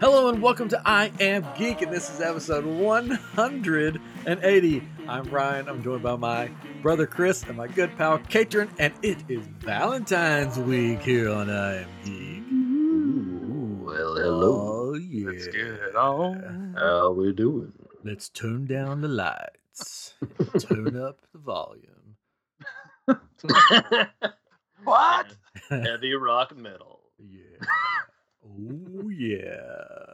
Hello and welcome to I Am Geek, and this is episode 180. I'm Ryan. I'm joined by my brother Chris and my good pal Katrin, and it is Valentine's week here on I Am Geek. Ooh, well, hello. Oh yeah. That's good. Oh, How we doing? Let's turn down the lights. turn up the volume. what? Heavy rock metal. Yeah. oh yeah.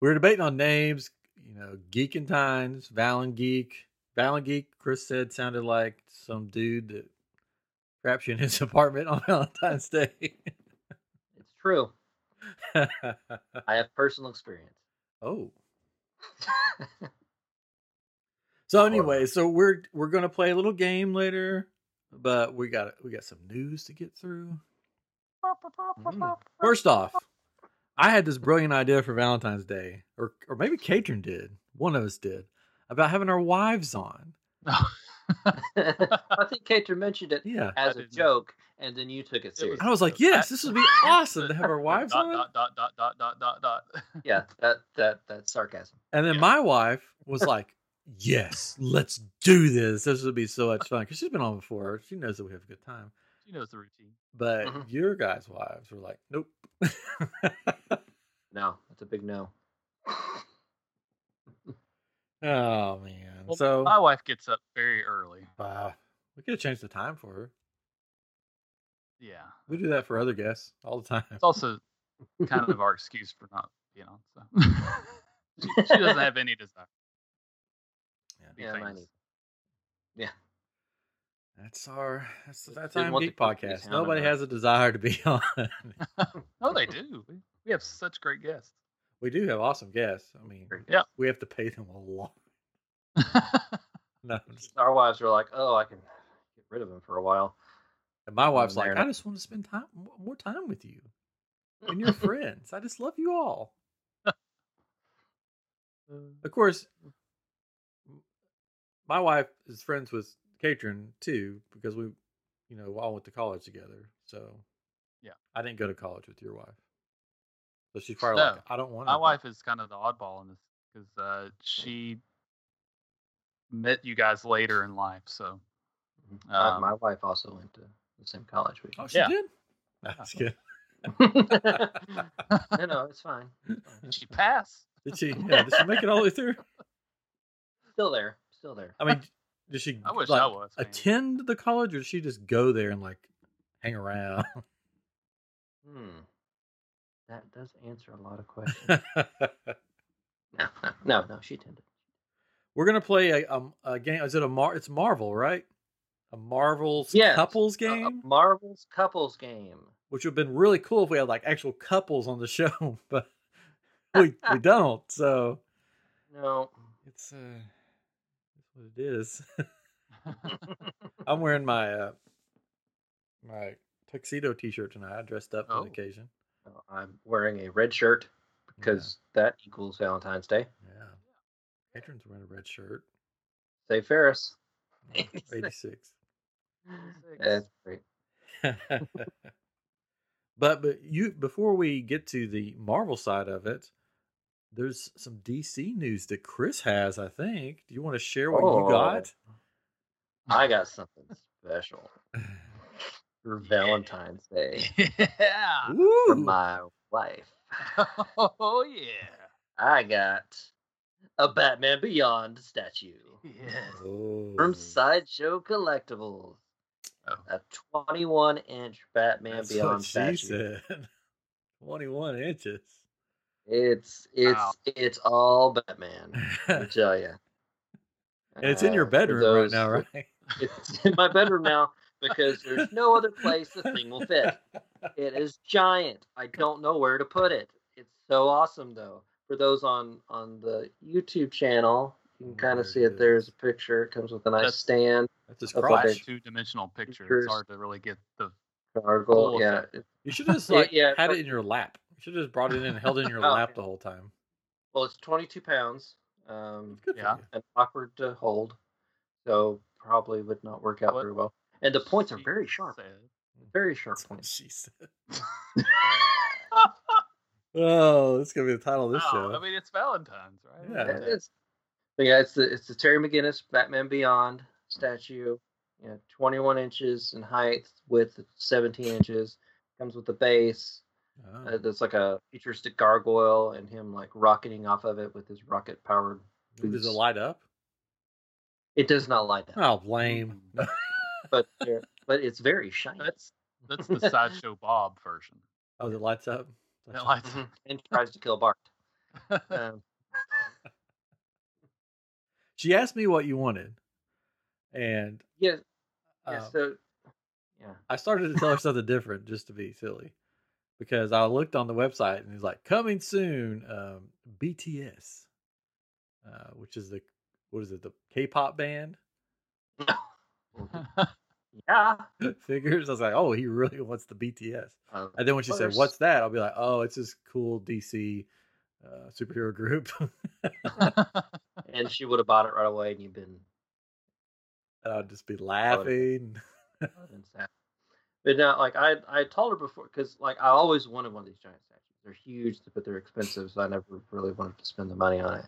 We're debating on names, you know, Geek and Times, Valen Geek. Valen Geek, Chris said sounded like some dude that traps you in his apartment on Valentine's Day. It's true. I have personal experience. oh. So anyway, so we're we're gonna play a little game later, but we got we got some news to get through. Mm. First off, I had this brilliant idea for Valentine's Day, or or maybe Katrin did, one of us did, about having our wives on. I think Kater mentioned it Yeah, as I a didn't. joke, and then you took it It was- seriously. I was like, yes, this would be awesome to have our wives dot, on. Dot dot dot dot dot dot dot. yeah, that that that's sarcasm. And then Yeah. my wife was like, yes, let's do this. This would be so much fun because she's been on before. She knows that we have a good time. She knows the routine. But Mm-hmm. Mhm. your guys' wives were like, nope. No, that's a big no. oh man. Well, so my wife gets up very early. uh, we could have changed the time for her. Yeah, We do that for other guests all the time. it's also kind of our excuse for not being on. So she, she doesn't have any desire. Yeah. to be Yeah, mine famous. either. That's our that's the Just that didn't time want the geek people to be podcast. sounding Nobody out. has a desire to be on. Oh, they do. We, we have such great guests. we do have awesome guests. I mean, Yeah. we have to pay them a lot. No, I'm just- Our wives were like, "Oh, I can get rid of him for a while." and my wife's there like, it I is. just want to spend time m- more time with you and your friends. I just love you all. Of course, m- my wife is friends with Katrin too because we, you know, all went to college together. So, Yeah. I didn't go to college with your wife. So she's probably No. like, I don't want my to. wife is kind of the oddball in this because uh, she met you guys later in life. So Uh, Um, my wife also went to the same college we. Oh, she Yeah. did. No, I'm just kidding. no, no, it's fine. did she pass? Did she? Yeah, did she make it all the way through? Still there, still there. I mean, did she? I wish like, I was. man. attend the college, or did she just go there and like hang around? Hmm. That does answer a lot of questions. no, no, no, no, she tended. We're gonna play a, um a game. Is it a Mar? It's Marvel, right? A Marvel Yes. couples Uh, A- a game, Uh, Marvel's couples game. which would have been really cool if we had like actual couples on the show, but we we don't. So No. it's uh, it's what it is. I'm wearing my uh, my tuxedo T-shirt tonight. I dressed up for Oh. the occasion. no, I'm wearing a red shirt because that equals Valentine's Day. Yeah. Patron's wearing a red shirt. Say Ferris. 86. That's great. but but you before we get to the Marvel side of it, there's some DC news that Chris has, I think. Do you want to share what Oh. you got? I got something special for Valentine's Day yeah. for Ooh. my wife. Oh yeah. I got a Batman Beyond statue. Yes. Oh. from Sideshow Collectibles. Oh. A 21 inch Batman That's Beyond what she statue. said. 21 inches. It's it's Wow. it's all Batman. I and tell you. it's in your bedroom right now, right? It's in my bedroom now because there's no other place the thing will fit. It is giant. I don't know where to put it. It's so awesome though. For those on on the YouTube channel, you can kind There of see it it. There's is. a picture. It comes with a nice Mm, That's- stand. That's his That's crotch. okay. Two dimensional picture. Pictures. It's hard to really get the. Gargoyle. Cool, yeah, okay. You should have just Yeah, like yeah, had but- it in your lap. You should have just brought it in and held it in your Oh, lap yeah. the whole time. Well, it's 22 pounds. Um, Good for Yeah. you. and awkward to hold, so probably would not work out What very well. And the points are very she sharp, said. very sharp That's what points. she said. Oh, that's gonna be the title of this Oh, show. I mean, it's Valentine's, right? Yeah. Yeah, It's, but yeah, it's the it's the Terry McGinnis Batman Beyond statue. You know, 21 inches in height, width of 17 inches. Comes with a base Oh. uh, that's like a futuristic gargoyle, and him like rocketing off of it with his rocket powered. Does it light up? It does not light up, Oh, blame. but there- but it's very shiny That's that's the sideshow Bob version. Oh, it lights up. That lights. Mhm. and tries to kill Bart. Um, She asked me what you wanted, and yeah, yeah. uh, So Um, yeah, I started to tell her something different just to be silly, because I looked on the website and it's like coming soon, um, BTS, uh, which is the what is it the K-pop band yeah. figures. I was like, oh, he really wants the BTS. Um, And then when she said, course. "What's that?" I'll be like, "Oh, it's this cool DC uh, superhero group," and Mm-hmm. and she would have bought it right away, and you've been I'll just Oh, be laughing. and stuff. But now, like I, I told her before, because like I always wanted one of these giant statues. They're huge, but they're expensive, so I never really wanted to spend the money on it.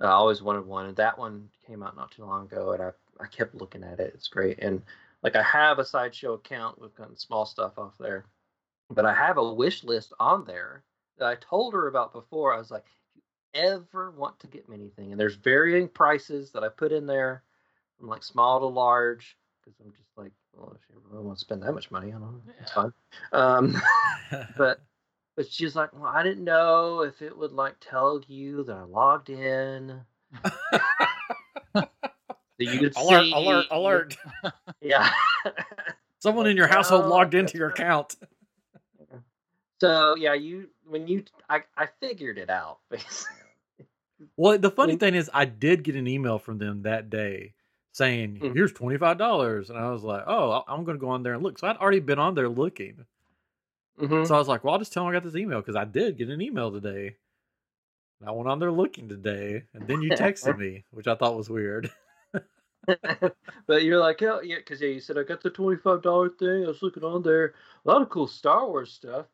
Uh, I always wanted one, and that one came out not too long ago, and I, I kept looking at it. It's great, and like I have a sideshow account. We've gotten small stuff off there, but I have a wish list on there that I told her about before. I was like, if you ever want to get me anything, and there's varying prices that I put in there, from like small to large, because I'm just like, well, if you really want to spend that much money, I don't know, it's Yeah. fine. Um, but but she's like, well, I didn't know if it would like tell you that I logged in. that you could alert! see- Alert! Alert! Yeah. Someone in your household Well, logged into that's your right. account. so yeah, you when you I I figured it out basically. Well, the funny Mm. thing is, I did get an email from them that day saying, Mm. "Here's twenty five dollars," and I was like, "Oh, I- I'm going to go on there and look." So I'd already been on there looking. Mhm. So I was like, "Well, I'll just tell them I got this email because I did get an email today." And I went on there looking today, and then you texted me, which I thought was weird. but you're like, oh, yeah, because yeah, you said I got the twenty five dollar thing. I was looking on there, a lot of cool Star Wars stuff.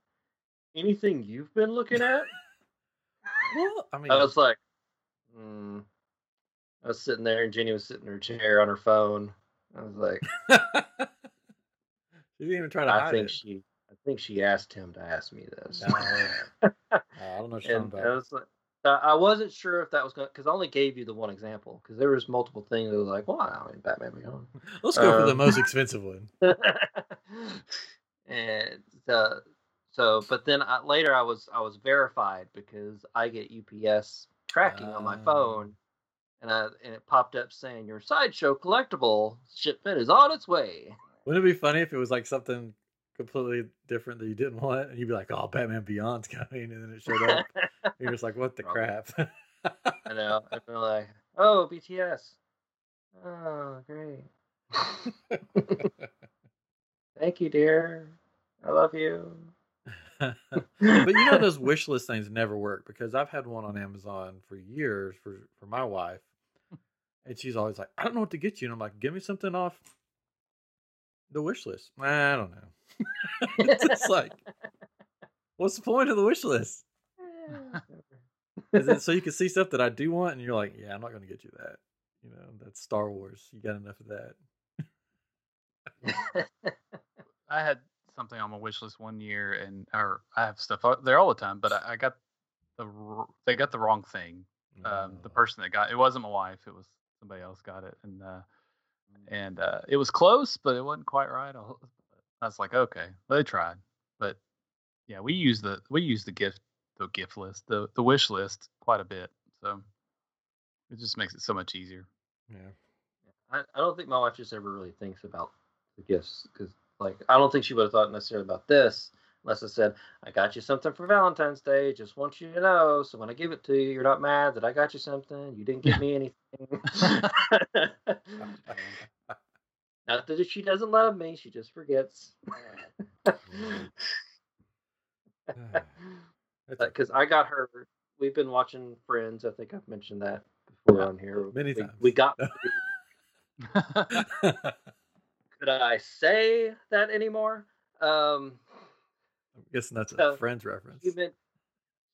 Anything you've been looking at? well, I mean, I was like, hmm. I was sitting there, and Jenny was sitting in her chair on her phone. I was like, she didn't even try to I hide think it. she, I think she asked him to ask me this. No, uh, I don't know what you're and talking I about. was like, I I wasn't sure if that was going because I only gave you the one example because there was multiple things that was like, well, I mean, Batman Beyond. Let's go for the um, most expensive one. and uh, so, but then I, later I was I was verified because I get UPS tracking on my Ah. phone, and I and it popped up saying your sideshow collectible shipment is on its way. Wouldn't it be funny if it was like something completely different that you didn't want, and you'd be like, "Oh, Batman Beyond's coming," and then it showed up. and you're just like, "What the Probably. crap?" And I, and they're like, oh BTS, oh great, thank you dear, I love you. but you know those wish list things never work because I've had one on Amazon for years for for my wife, and she's always like, "I don't know what to get you," and I'm like, "Give me something off the wish list." I don't know. it's just like, what's the point of the wish list? Is it so you can see stuff that I do want, and you're like, "Yeah, I'm not going to get you that." You know, that's Star Wars. You got enough of that. I had something on my wish list one year, and or I have stuff out there all the time, but I, I got the wr- they got the wrong thing. Um, the Uh, person that got it wasn't my wife; it was somebody else got it, and uh, and uh, it was close, but it wasn't quite right. I was- I was like, okay, they tried, but yeah, we use the we use the gift the gift list the the wish list quite a bit, so it just makes it so much easier. yeah. I, I don't think my wife just ever really thinks about the gifts because, like, I don't think she would have thought necessarily about this unless I said, I got you something for Valentine's Day. Just want you to know. So when I give it to you, you're not mad that I got you something. You didn't give me anything. not that she doesn't love me, she just forgets. That's okay. Because I got her. We've been watching Friends. I think I've mentioned that before on here. Many times. we, We got. I'm could I say that anymore? Um, guessing that's a So, Friends reference. human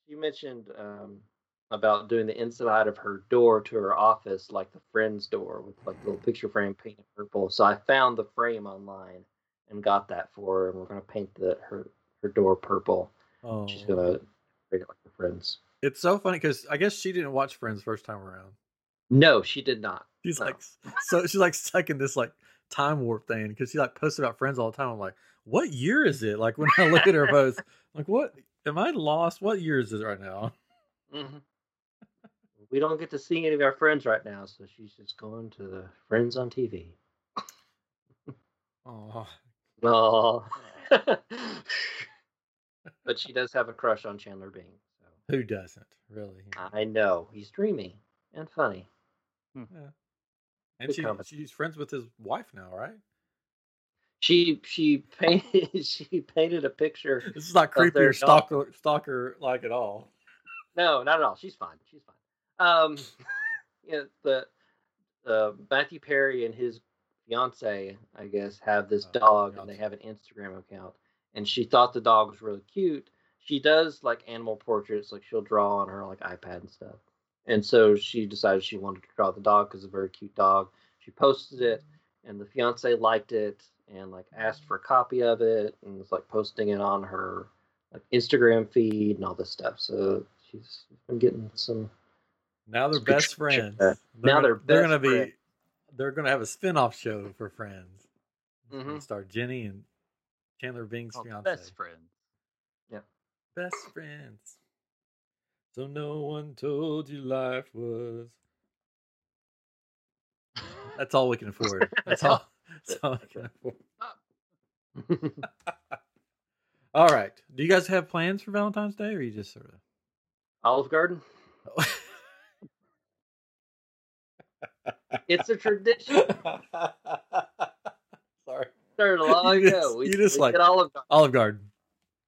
you mentioned um, about doing the inside of her door to her office, like the friend's door with like a little picture frame painted purple. So I found the frame online and got that for her, and we're gonna paint the her her door purple. Oh, She's gonna create it like the friends. it's so funny because I guess she didn't watch Friends first time around. No, she did not. She's No. like so she's like stuck in this like time warp thing because she like posts about Friends all the time. I'm like, what year is it? Like when I look at her posts, I'm like what am I lost? What year is it right now? hmm We don't get to see any of our friends right now, so she's just going to the friends on TV. Oh, No. but she does have a crush on Chandler Bing. So who doesn't really? I know he's dreamy and funny. And good she, comment. she's friends with his wife now, right? She she painted she painted a picture. This is not their creepy or dog. stalker stalker like at all. No, not at all. She's fine. She's fine. Um, you know, the uh, Matthew Perry and his fiance, I guess, have this Oh, dog, and they fiance. have an Instagram account. And she thought the dog was really cute. She does like animal portraits, like she'll draw on her like iPad and stuff. And so she decided she wanted to draw the dog because it's a very cute dog. She posted it, Mm-hmm. and the fiance liked it and like asked for a copy of it and was like posting it on her like Instagram feed and all this stuff. So she's been getting some. Now they're It's good best to check friends. that. Now gonna- they're best gonna be friends. they're gonna have a spin off show for friends. It's gonna Mhm. Star Jenny and Chandler Bing's Oh, Called fiance. Oh, best friends. Best friends. So no one told you life was. That's all we can afford. That's all. That's all we can afford. All right. Do you guys have plans for Valentine's Day, or you just sort of? Olive Garden. It's a tradition. Sorry. Started a long You ago. just- We, you just we like- get Olive Garden. Olive Garden.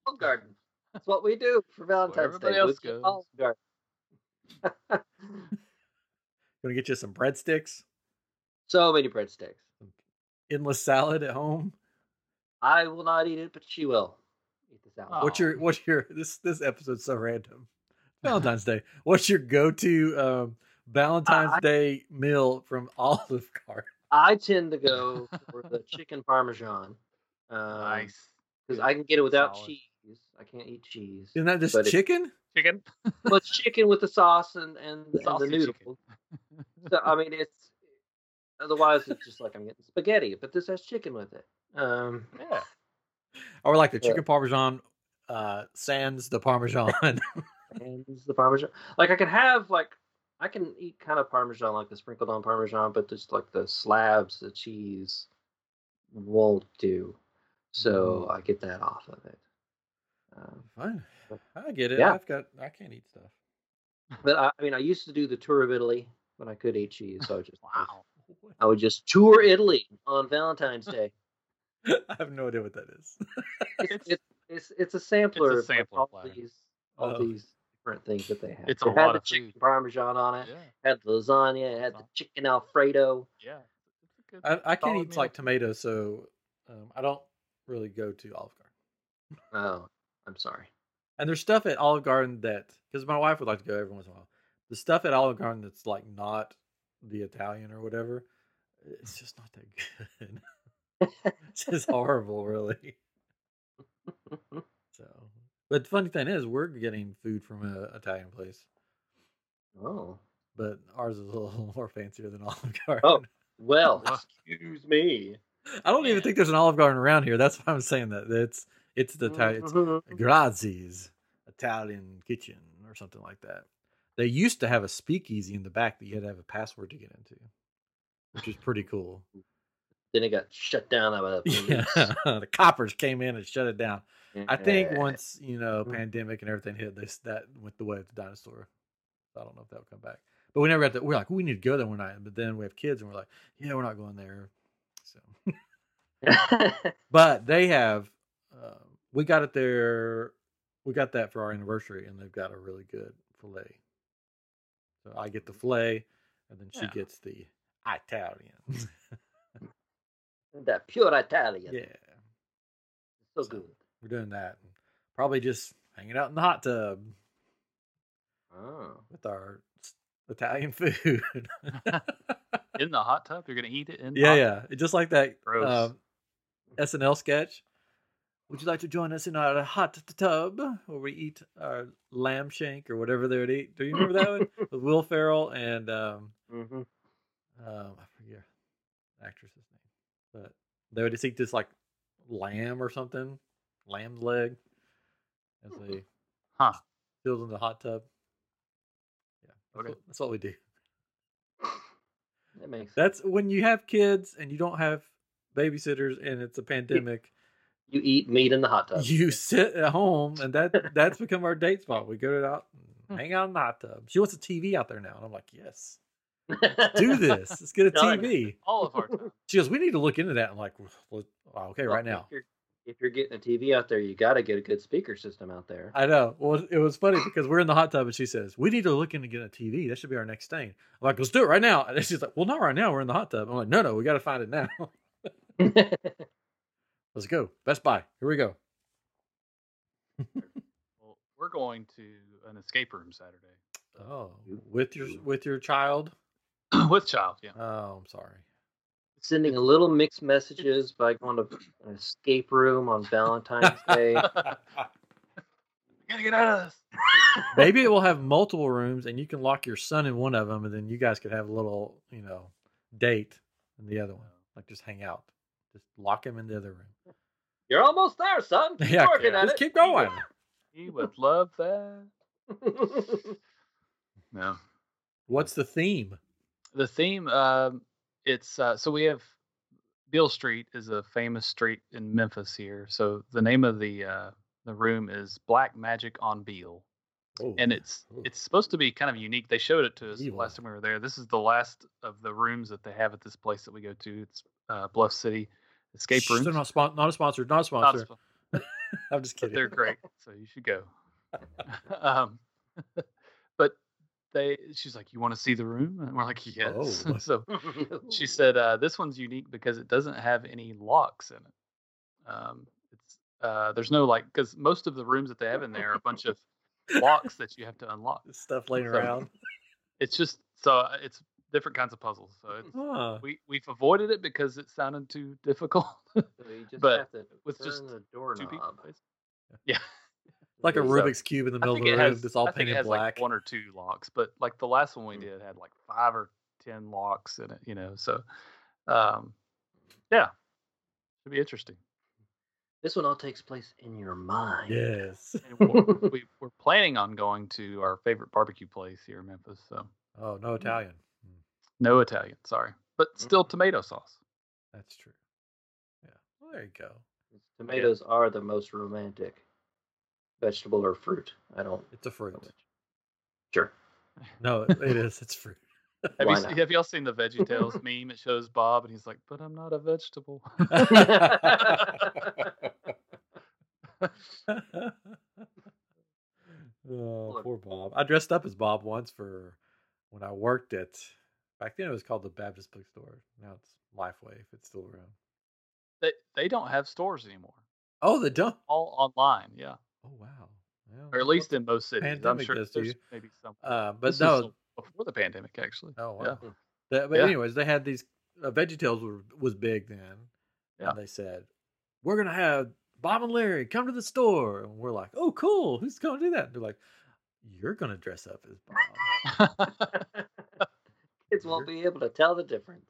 Olive Garden. That's what we do for Valentine's everybody Day. else we get goes. Olive Garden. Gonna get you some breadsticks, So many breadsticks. endless salad at home. I will not eat it, but she will eat this out. Oh. What's your what's your this this episode's so random. Valentine's Day. What's your go to um, Valentine's I- Day meal from Olive Garden? I tend to go for the chicken parmesan. Um, Nice Because I can get it without Solid. cheese. I can't eat cheese. Isn't that just But it- chicken? chicken. Well, it's chicken with the sauce and and, and the Sausage noodles. chicken. So I mean, it's otherwise it's just like I'm getting spaghetti, but this has chicken with it. Um, Yeah. Or like the Yeah. chicken parmesan uh sans the parmesan. and this is the parmesan. Like I can have like I can eat kind of parmesan, like the sprinkled on parmesan, but just like the slabs, the cheese won't do. So I get that off of it. Um, Fine. I get it. Yeah. I've got I can't eat stuff. but I, I mean, I used to do the tour of Italy when I could eat cheese. So I just Wow. I would just tour Italy on Valentine's Day. I have no idea what that is. it's it's it's, it's a sampler. of, like, sampler all platter. these all Oh. these different things that they have. It's a It had lot the of chicken food. parmesan on it. Yeah. Had lasagna. It had the Wow. chicken alfredo. Yeah. It's a good- I, I can't Solid eat meal. like tomato, so um, I don't really go to Olive Garden. Oh, I'm sorry. And there's stuff at Olive Garden that because my wife would like to go every once in a while. The stuff at Olive Garden that's like not the Italian or whatever, it's just not that good. it's just horrible, really. So, but the funny thing is, we're getting food from a Italian place, Oh but ours is a little more fancier than Olive Garden. Oh. well, Wow. excuse me. I don't even think there's an Olive Garden around here. That's why I'm saying that. It's it's the Italian. It's Mhm. Grazie's Italian Kitchen or something like that. They used to have a speakeasy in the back that you had to have a password to get into, which is pretty cool. Then it got shut down by the Yeah, police. the coppers came in and shut it down. I think Yeah. once you know Mm. pandemic and everything hit, this that went the way of the dinosaur. So I don't know if that will come back, but we never got to. We're like, we need to go there one night, but then we have kids, and we're like, yeah, we're not going there. So, but they have. Uh, we got it there. We got that for our anniversary, and they've got a really good fillet. So I get the fillet, and then she Yeah. gets the Italian. that pure Italian. yeah, So good. we're doing that. Probably just hanging out in the hot tub. Oh. with our s- Italian food. in the hot tub. You're gonna eat it in. the yeah, hot yeah. It just like that Gross. um, SNL sketch. Would you like to join us in our hot t- tub where we eat our lamb shank or whatever they would eat? Do you remember that one with Will Ferrell and um, Mm-hmm. um, I forget the actress's name, but they would just eat this like lamb or something, lamb's leg, as they Hmm. Huh. filled in the hot tub. Yeah, that's, Okay. what, that's what we do. That makes sense. That's when you have kids and you don't have babysitters and it's a pandemic. You eat meat in the hot tub. You sit at home and that that's become our date spot. We go out, and hang out in the hot tub. She wants a TV out there now, and I'm like, yes, do this. Let's get a Done. TV. All of our time. She goes, we need to look into that. I'm like, well, okay, Well, right now. If you're, if you're getting a TV out there, you got to get a good speaker system out there. I know. Well, it was funny because we're in the hot tub and she says, "We need to look into getting a TV. That should be our next thing." I'm like, "Let's do it right now." And she's like, "Well, not right now. We're in the hot tub." I'm like, "No, no, we got to find it now. Let's go. Best Buy. Here we go." Well, we're going to an escape room Saturday Oh, with your with your child. with child. Yeah. Oh, I'm sorry. Sending little mixed messages by going to an escape room on Valentine's Day. We gotta get out of this. Maybe it will have multiple rooms, and you can lock your son in one of them, and then you guys could have a little, you know, date in the other one. Like just hang out. Just lock him in the other room. You're almost there, son. Keep Yeah, working at just it. keep going. He would love that. No. What's the theme? the theme um it's uh so we have Beale Street is a famous street in Memphis here. So the name of the uh the room is Black Magic on Beale. Oh, And it's Ooh. it's supposed to be kind of unique. They showed it to us the Evil. last time we were there. This is the last of the rooms that they have at this place that we go to. It's uh Bluff City Escape Shh, Rooms. They're not, spon- not a sponsor. Not a Not sponsor. sp- I'm just but kidding. they're great. So you should go. um, but they, she's like, you want to see the room? And we're like, yes. Oh. so she said, uh, this one's unique because it doesn't have any locks in it. Um, it's, uh, there's no like, because most of the rooms that they have in there are a bunch of locks that you have to unlock. Stuff laying So- around. It's just, so uh, it's different kinds of puzzles. So it's, Huh. we, we've avoided it because it sounded too difficult. So you just But have to with turn just the Two people. doorknob. Yeah. Like a So- Rubik's cube in the uh, I middle of think the it room has- that's all I think it painted has black. Like one or two locks, but like the last one we Hmm. did had like five or ten locks in it, you know. So, um, yeah, should be interesting. This one all takes place in your mind. yes. And we're, we, we're planning on going to our favorite barbecue place here in Memphis. So Oh, Mm-hmm. no Italian. Mm, no Italian, sorry, but Mm-hmm. still tomato sauce. That's true. Yeah. Well, there you go. Tomatoes are the most romantic vegetable or fruit. I don't. It's a fruit. Sure. No, it it is. It's fruit. Have Why you not? se- have y'all seen the Veggie Tales meme? It shows Bob and he's like, "But I'm not a vegetable." oh, poor Bob. I dressed up as Bob once for when I worked at, back then it was called the Baptist Bookstore. Now it's Lifeway if it's still around. they they don't have stores anymore. Oh, the dump. All online, yeah, Oh, wow. Well, or at least in most cities. I'm Pandemic sure does there's to you. maybe some. uh, but This no, was before the pandemic, actually. Oh wow. Yeah. That- but Yeah. anyways, they had these uh, VeggieTales were, was big then, Yeah. and they said we're gonna have Bob and Larry come to the store, and we're like, oh cool, who's gonna do that? And they're like, you're gonna dress up as Bob. Oh. Kids won't be able to tell the difference.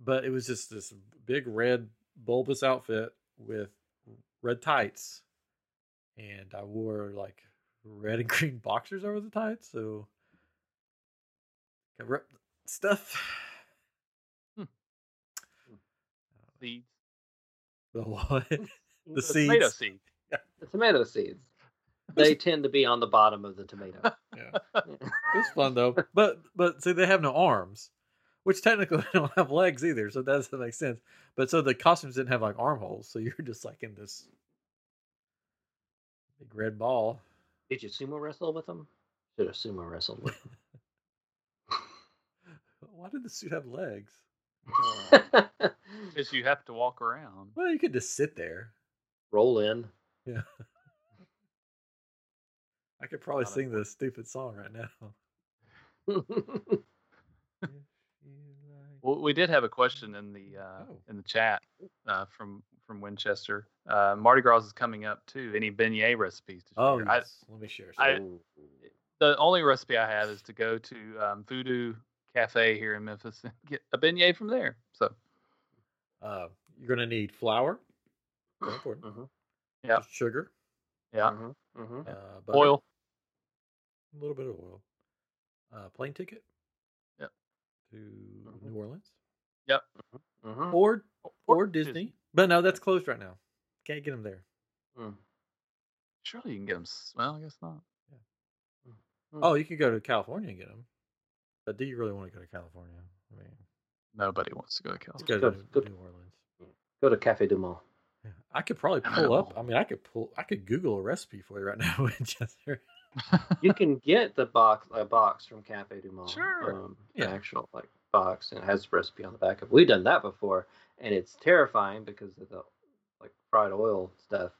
but it was just this big red bulbous outfit with red tights, and I wore like red and green boxers over the tights, so cover up stuff. Hmm. Seeds. The what? The Tomato seeds. seed. The tomato seeds. They tend to be on the bottom of the tomato. It was fun though. But but see, they have no arms, which technically they don't have legs either, so that doesn't make sense. But so the costumes didn't have like armholes, so you're just like in this big red ball. Did you sumo wrestle with them? Should have sumo wrestled with Why did the suit have legs? them. Because you have to walk around. Well, you could just sit there. Roll in. Yeah. I could probably Not a- sing this stupid song right now. Well, we did have a question in the uh, Oh. in the chat uh, from from Winchester. Uh, Mardi Gras is coming up too. Any beignet recipes? To Oh, share? I- yes. let me share. I- some. the only recipe I have is to go to um, Voodoo Cafe here in Memphis and get a beignet from there. So Uh, you're gonna need flour, very important. Mhm, Yeah. Sugar, yeah, mhm, mhm. uh, butter, oil. a little bit of oil, uh, plane ticket, Yep. to New Orleans Mhm. or Mm-hmm. Mm. Or or Disney. But no, that's closed right now. Can't get them there. Mm. Surely you can get them. Well, I guess not. Mm. Oh, you can go to California and get them. But do you really want to go to California? I mean, Nobody wants to go to let's California. go to Good, good. New Orleans. Go to Cafe du Monde. Yeah. I could probably pull up. I mean, I could pull. I could Google a recipe for you right now, Winchester. You can get the box a box from Cafe du Monde. Sure. Um, Yeah. An actual like box and it has the recipe on the back of. it. We've done that before, and it's terrifying because of the like fried oil stuff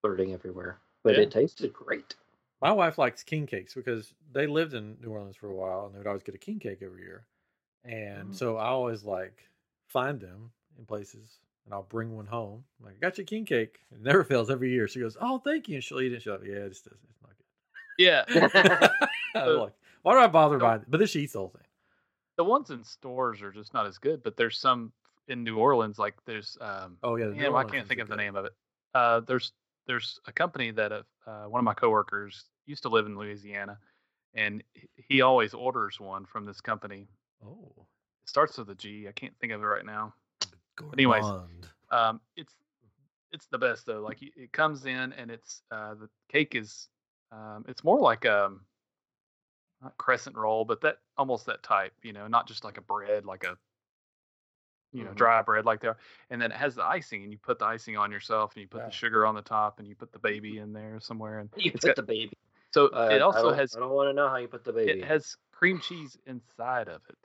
flirting everywhere. But Yeah. it tasted great. My wife likes king cakes because they lived in New Orleans for a while, and they would always get a king cake every year. And Mm. so I always like find them in places, and I'll bring one home. I'm like, I got your king cake. It never fails every year. She goes, "Oh, thank you," and she'll eat it. She's like, "Yeah, it just doesn't. It's not yeah, good." I'm like, why do I bother Nope. buying? it? But then she eats the whole thing. the ones in stores are just not as good. But there's some in New Orleans. Like there's um, Oh yeah, the New Yeah, well, I Orleans can't ones think are of the good. name of it. Uh, there's there's a company that uh, uh, one of my coworkers used to live in Louisiana, and he- he always orders one from this company. Oh, It starts with a G. I can't think of it right now. Anyways. Gourmand. Um, it's it's the best though. Like y- it comes in and it's uh, the cake is um, it's more like um not crescent roll, but that almost that type. You know, not just like a bread, like a you know Mhm. dry bread like there and then it has the icing and you put the icing on yourself and you put Wow. the sugar on the top and you put the baby in there somewhere and You It's put got- the baby. so Uh, it I also don't- has I don't want to know how you put the baby. it has cream cheese inside of it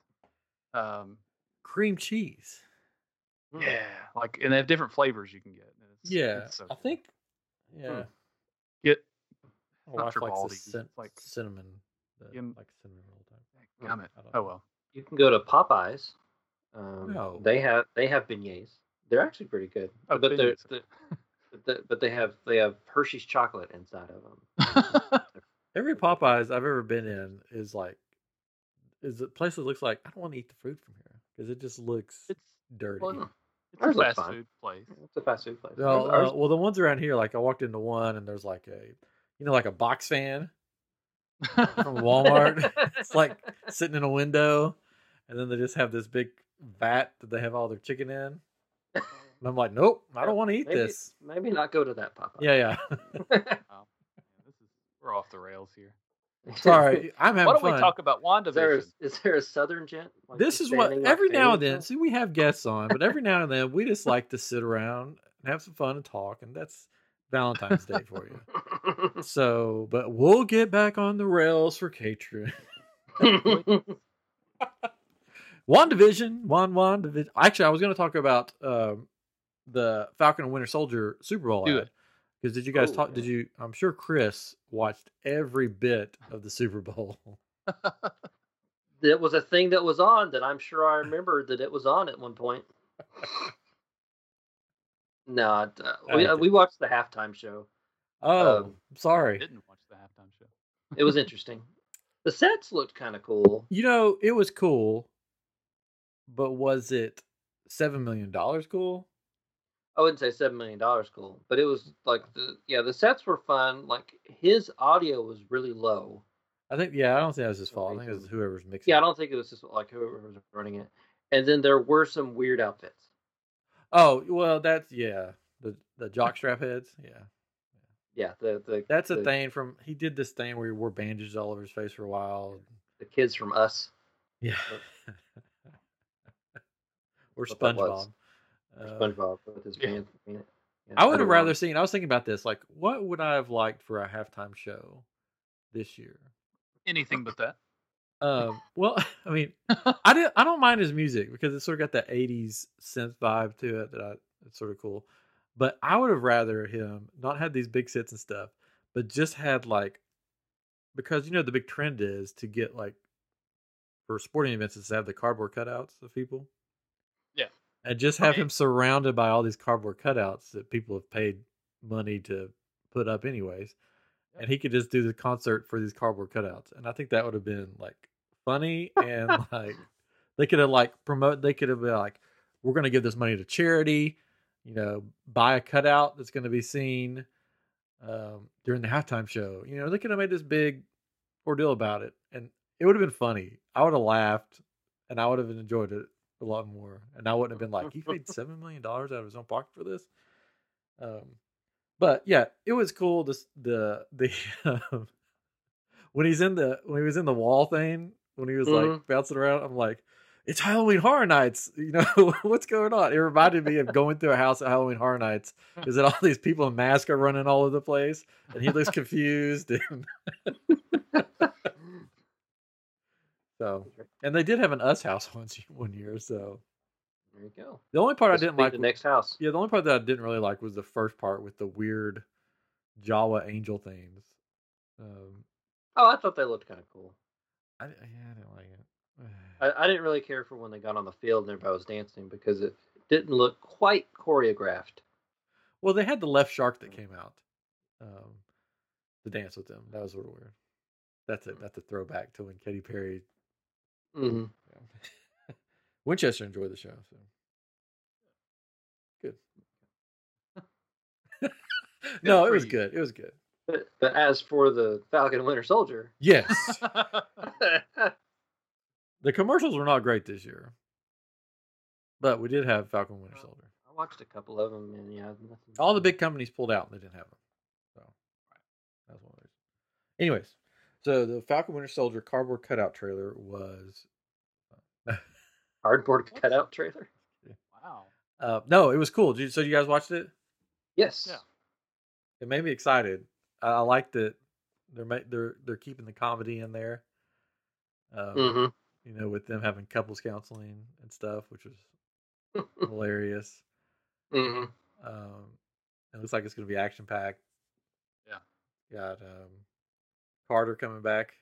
um cream cheese. Mm. yeah like and they have different flavors you can get and it's, Yeah, it's so I good. think. Yeah, Get- My not wife your likes the baldy, cin- it's like- cinnamon. The, Yum. like cinnamon all the time. damn it I don't oh know. well You can go to Popeyes. Um, No. They have they have beignets. They're actually pretty good. Oh, but they're, beignets. they're- but they- but they have they have Hershey's chocolate inside of them. Every Popeyes I've ever been in is like, is a place that looks like I don't want to eat the food from here because it just looks it's dirty. well, it's Ours a looks fast fine. food place It's a fast food place. No, Ours- uh, ours- well, the ones around here, like I walked into one and there's like a, you know, like a box fan from Walmart. it's like sitting in a window, and then they just have this big vat that they have all their chicken in. And I'm like, nope, I don't want to eat Maybe- this. Maybe not go to that Popeye. Yeah, yeah. Wow. Yeah, this is we're off the rails here Sorry, I'm having why don't fun. we talk about is, there a, wandavision is there a Southern gent? like, this is what standing on every now and stage? then. See, we have guests on, but every now and then we just like to sit around and have some fun and talk, and that's Valentine's Day for you. So, but we'll get back on the rails for Catrin. WandaVision, Wan WandaVision. Actually, I was going to talk about um, the Falcon and Winter Soldier Super Bowl Do ad. Because did you guys Oh, talk? yeah. Did you? I'm sure Chris watched every bit of the Super Bowl. That was a thing that was on that I'm sure I remember that it was on at one point. no, I- uh, we, I uh, we watched the halftime show. Oh, Um, sorry. didn't watch the halftime show It was interesting. the sets looked kind of cool. You know, it was cool, but was it seven million dollars cool? I wouldn't say seven million dollars cool, but it was like the yeah the sets were fun. Like his audio was really low. I think yeah, I don't think that was his I fault. I think think it was so. whoever's mixing. Yeah, I it. don't think it was just like whoever was running it. And then there were some weird outfits. Oh well, that's yeah. The the jockstrap heads. Yeah, Yeah, the the that's a the, thing from he did this thing where he wore bandages all over his face for a while. The kids from Us. Yeah. or What that was. SpongeBob. Uh, SpongeBob with his yeah. band. band- yeah, I would have underwear. rather seen. I was thinking about this. Like, what would I have liked for a halftime show this year? anything but that Um, well, I mean, I did. I don't mind his music because it's sort of got that '80s synth vibe to it that I, it's sort of cool. But I would have rather him not had these big sets and stuff, but just had like because you know the big trend is to get like for sporting events is to have the cardboard cutouts of people. Yeah. And just have him surrounded by all these cardboard cutouts that people have paid money to put up anyways. And he could just do the concert for these cardboard cutouts. And I think that would have been like funny and like they could have like promote they could have been like, We're gonna give this money to charity, you know, buy a cutout that's gonna be seen um during the halftime show. You know, they could have made this big ordeal about it. And it would have been funny. I would have laughed and I would have enjoyed it a lot more. And I wouldn't have been like, he paid $7 million out of his own pocket for this. Um, but yeah, it was cool. This, the, the, um, when he's in the, when he was in the wall thing, when he was like Mhm. bouncing around, I'm like, it's Halloween Horror Nights. You know, what's going on? It reminded me of going through a house at Halloween Horror Nights. Is that all these people in masks are running all over the place? And he looks confused. And so, and they did have an us house once one year. So There you go. the only part This I will didn't be like, the next house. yeah, the only part that I didn't really like was the first part with the weird Jawa angel themes. Um, Oh, I thought they looked kind of cool. I, yeah, I didn't like it. I, I didn't really care for when they got on the field and everybody was dancing because it didn't look quite choreographed. well, they had the left shark Mm. that came out um, to dance with them. That was sort of weird. That's Mm. a that's a throwback to when Katy Perry. Mm-hmm. yeah. Winchester enjoyed the show. So. Good. no, it for was you. good. It was good. But, but as for the Falcon and Winter Soldier, Yes. I The commercials were not great this year, but we did have Falcon Winter Soldier. watched a couple of them and yeah, nothing. All the big companies pulled out and they didn't have them. So that's one of those. Anyways, so the Falcon Winter Soldier cardboard cutout trailer was cardboard cutout trailer. wow. uh, no, it was cool. Did you, so you guys watched it? Yes. Yeah. It made me excited. I, I liked that they're ma- they're they're keeping the comedy in there. Um, Mm-hmm. You know, with them having couples counseling and stuff, which was hilarious. mm-hmm. Um, it looks like it's going to be action packed. Yeah. Got um, Carter coming back,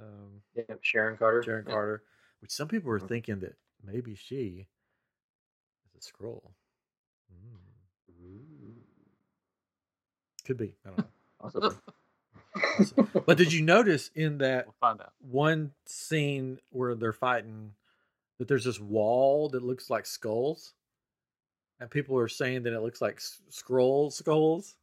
um, Yeah, Sharon Carter. Sharon Yeah. Carter, which some people were Mhm. thinking that maybe she is a scroll. Mm. Mm-hmm. Could be. I don't know. Possibly. Also- but did you notice in that We'll find out. one scene where they're fighting that there's this wall that looks like skulls? And people are saying that it looks like s- scroll skulls.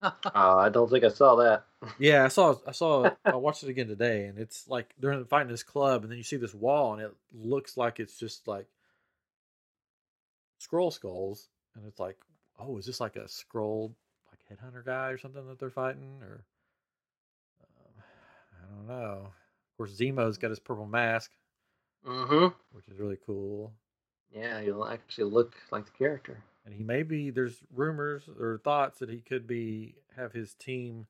Uh, I don't think I saw that. Yeah, I saw. I saw. I watched it again today, and it's like they're fighting this club, and then you see this wall, and it looks like it's just like scroll skulls, and it's like, oh, is this like a scroll like headhunter guy or something that they're fighting, or um, I don't know. Of course, Zemo's got his purple mask, Mm-hmm. which is really cool, Yeah, you'll actually look like the character. and he may be. There's rumors or thoughts that he could be have his team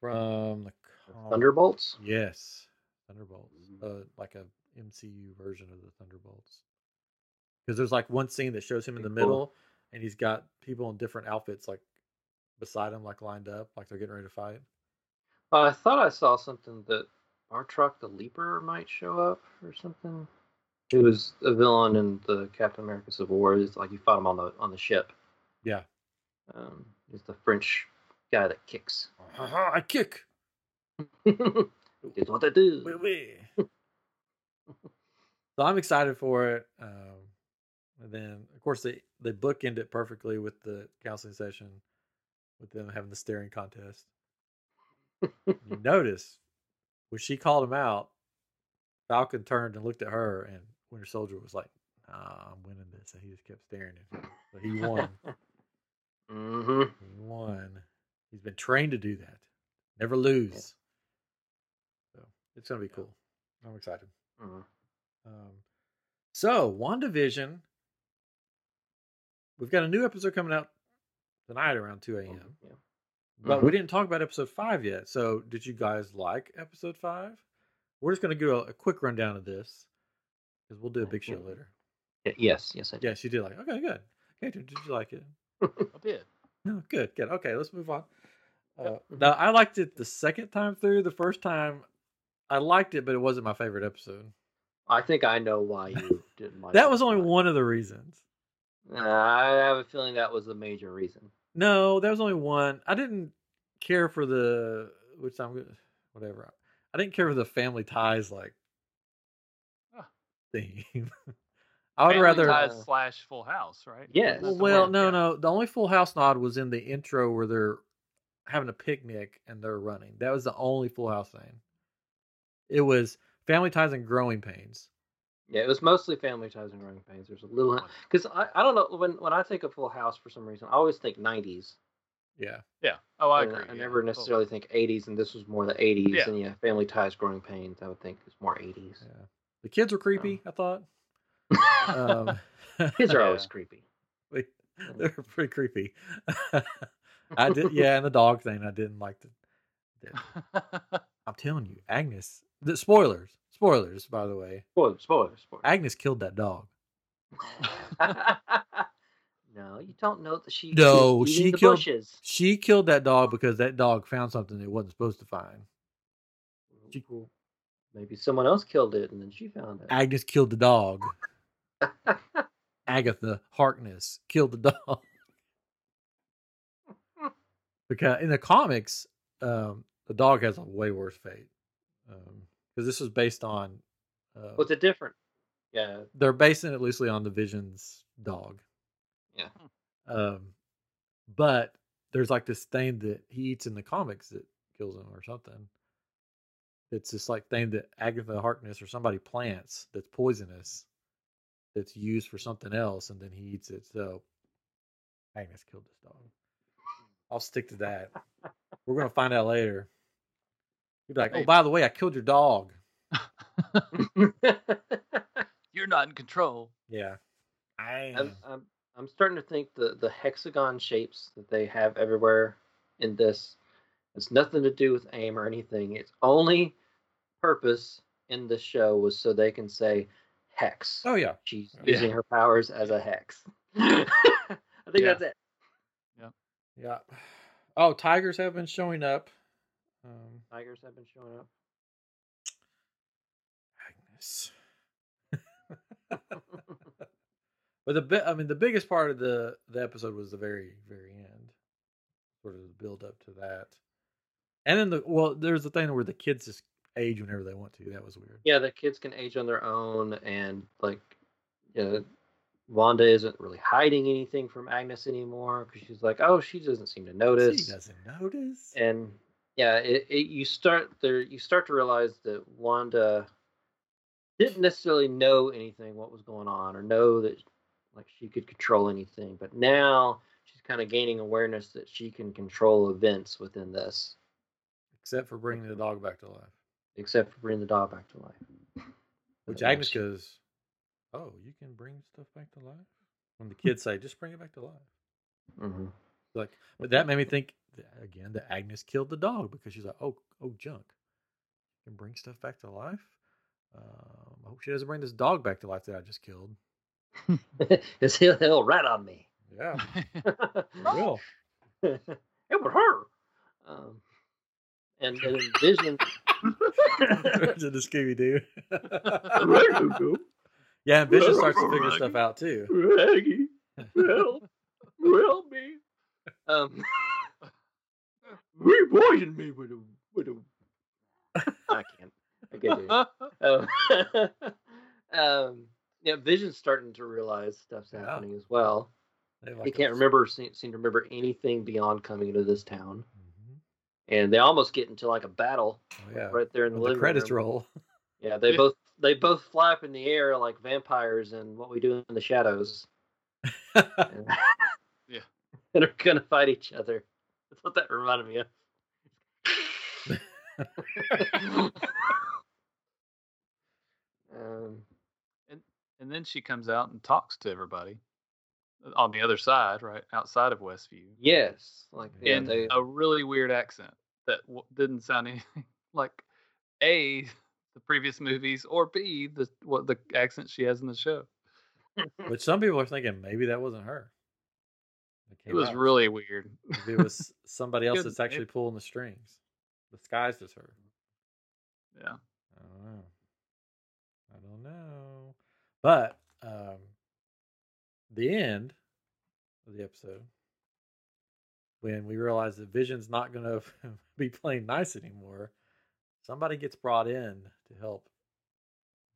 from the Con- Thunderbolts. Yes, Thunderbolts, Mm. uh, like a MCU version of the Thunderbolts. Because there's like one scene that shows him in the Pretty cool. middle, and he's got people in different outfits like beside him, like lined up, like they're getting ready to fight. Uh, I thought I saw something that Bartrock the Leaper might show up or something. He was a villain in the Captain America Civil War. It's like you fought him on the on the ship. Yeah. Um, he's the French guy that kicks. I kick. It's what they do. Wee wee. so I'm excited for it. Um, and then, of course, they they bookend it perfectly with the counseling session, with them having the staring contest. you notice when she called him out, Falcon turned and looked at her, and Winter Soldier was like, nah, "I'm winning this," and he just kept staring at her. So he won. hmm he won. He's been trained to do that. Never lose. So it's gonna be cool. I'm excited. Mm-hmm. Um, so, WandaVision, we've got a new episode coming out tonight around 2 a.m., Yeah. but we didn't talk about episode five yet. So, did you guys like episode five? We're just going to do a, a quick rundown of this because we'll do a big show Mhm. later. Y- Yes, yes, I did. Yes, you did like Okay, good. Catherine, did you like it? I did. No, good, good. Okay, let's move on. Uh, now I liked it the second time through. The first time, I liked it, but it wasn't my favorite episode. I think I know why you didn't like That it, was only but- one of the reasons. Nah, I have a feeling that was the major reason. No, there was only one. I didn't care for the which I'm gonna whatever. I didn't care for the family ties like Ah. theme. I would Family rather Ties uh, slash Full House, right? Yes. That's Well, the well, one, no, yeah. no. The only Full House nod was in the intro where they're having a picnic and they're running. That was the only Full House thing. It was family ties and growing pains. Yeah, it was mostly Family Ties and Growing Pains. There's a little because I, I don't know when when I think of Full House for some reason I always think 90s. Yeah, Yeah. Oh, I And agree. I yeah. never Totally. necessarily think 80s, and this was more the 80s. Yeah. And yeah, Family Ties, Growing Pains, I would think is more 80s. yeah. The kids were creepy. I thought. Um, Kids are Yeah. always creepy. they're pretty creepy. I did. Yeah, and the dog thing. I didn't like the. I'm telling you, Agnes. The spoilers. Spoilers, by the way. Spoiler, spoiler, spoiler. Agnes killed that dog. no, you don't know that she. No, was she eating the killed- bushes. She killed that dog because that dog found something it wasn't supposed to find. She- Maybe someone else killed it, and then she found it. Agnes killed the dog. Agatha Harkness killed the dog. because in the comics, um, the dog has a way worse fate. Because this was based on. Uh, What's it different? Yeah, they're basing it loosely on the Vision's dog. Yeah. Um, but there's like this thing that he eats in the comics that kills him or something. It's this like thing that Agatha Harkness or somebody plants that's poisonous, that's used for something else, and then he eats it. So Agnes killed this dog. I'll stick to that. We're gonna find out later. You'd be like, oh, Maybe. by the way, I killed your dog. You're not in control. Yeah. I I'm, I'm, I'm starting to think the, the hexagon shapes that they have everywhere in this it's nothing to do with aim or anything its only purpose in the show was so they can say hex Oh yeah. she's Yeah. using her powers as a hex i think Yeah. that's it Yeah. Oh, tigers have been showing up. Um, tigers have been showing up Agnes. but the bi- I mean the biggest part of the the episode was the very very end, sort of the build up to that, and then the well there's the thing where the kids just age whenever they want to. That was weird. yeah the kids can age on their own and like you know wanda isn't really hiding anything from agnes anymore because she's like oh she doesn't seem to notice She doesn't notice. and yeah, it, it you start there you start to realize that Wanda didn't necessarily know anything what was going on or know that like she could control anything, but now she's kind of gaining awareness that she can control events within this, Except for bringing the dog back to life, except for bringing the dog back to life. which Yeah, Agnes she- goes, "Oh, you can bring stuff back to life." When the kids say, "Just bring it back to life." Mhm. Like, but that made me think that, again that Agnes killed the dog because she's like, oh, oh, junk, you can bring stuff back to life. Um, I hope she doesn't bring this dog back to life that I just killed. It's he'll, he'll rat on me. Yeah, it real. was her. Um, and, and Vision. to the Scooby Doo. yeah, and Vision starts to figure stuff out too. Raggy, help, help me. Um, repoison me with a with a. I can't. I can't do it. Um, um, yeah, Vision's starting to realize stuff's Yeah. happening as well. They he like can't us. remember seem, seem to remember anything beyond coming into this town, Mhm. and they almost get into like a battle Oh, yeah, right there in the When the living credits room. roll. Yeah, they Yeah. both they both fly up in the air like vampires and what we do in the shadows. Yeah. And are gonna fight each other. That's what that reminded me of. um, And then she comes out and talks to everybody uh, on the other side, right outside of Westview, yes, like yeah, in they, a really weird accent that w- didn't sound anything like a the previous movies or b the what the accent she has in the show. But some people are thinking maybe that wasn't her. It was really weird. If it was It's somebody else Good. that's actually pulling the strings, disguised as her. Yeah. I don't know. I don't know. But um, the end of the episode, when we realize that Vision's not going to be playing nice anymore, somebody gets brought in to help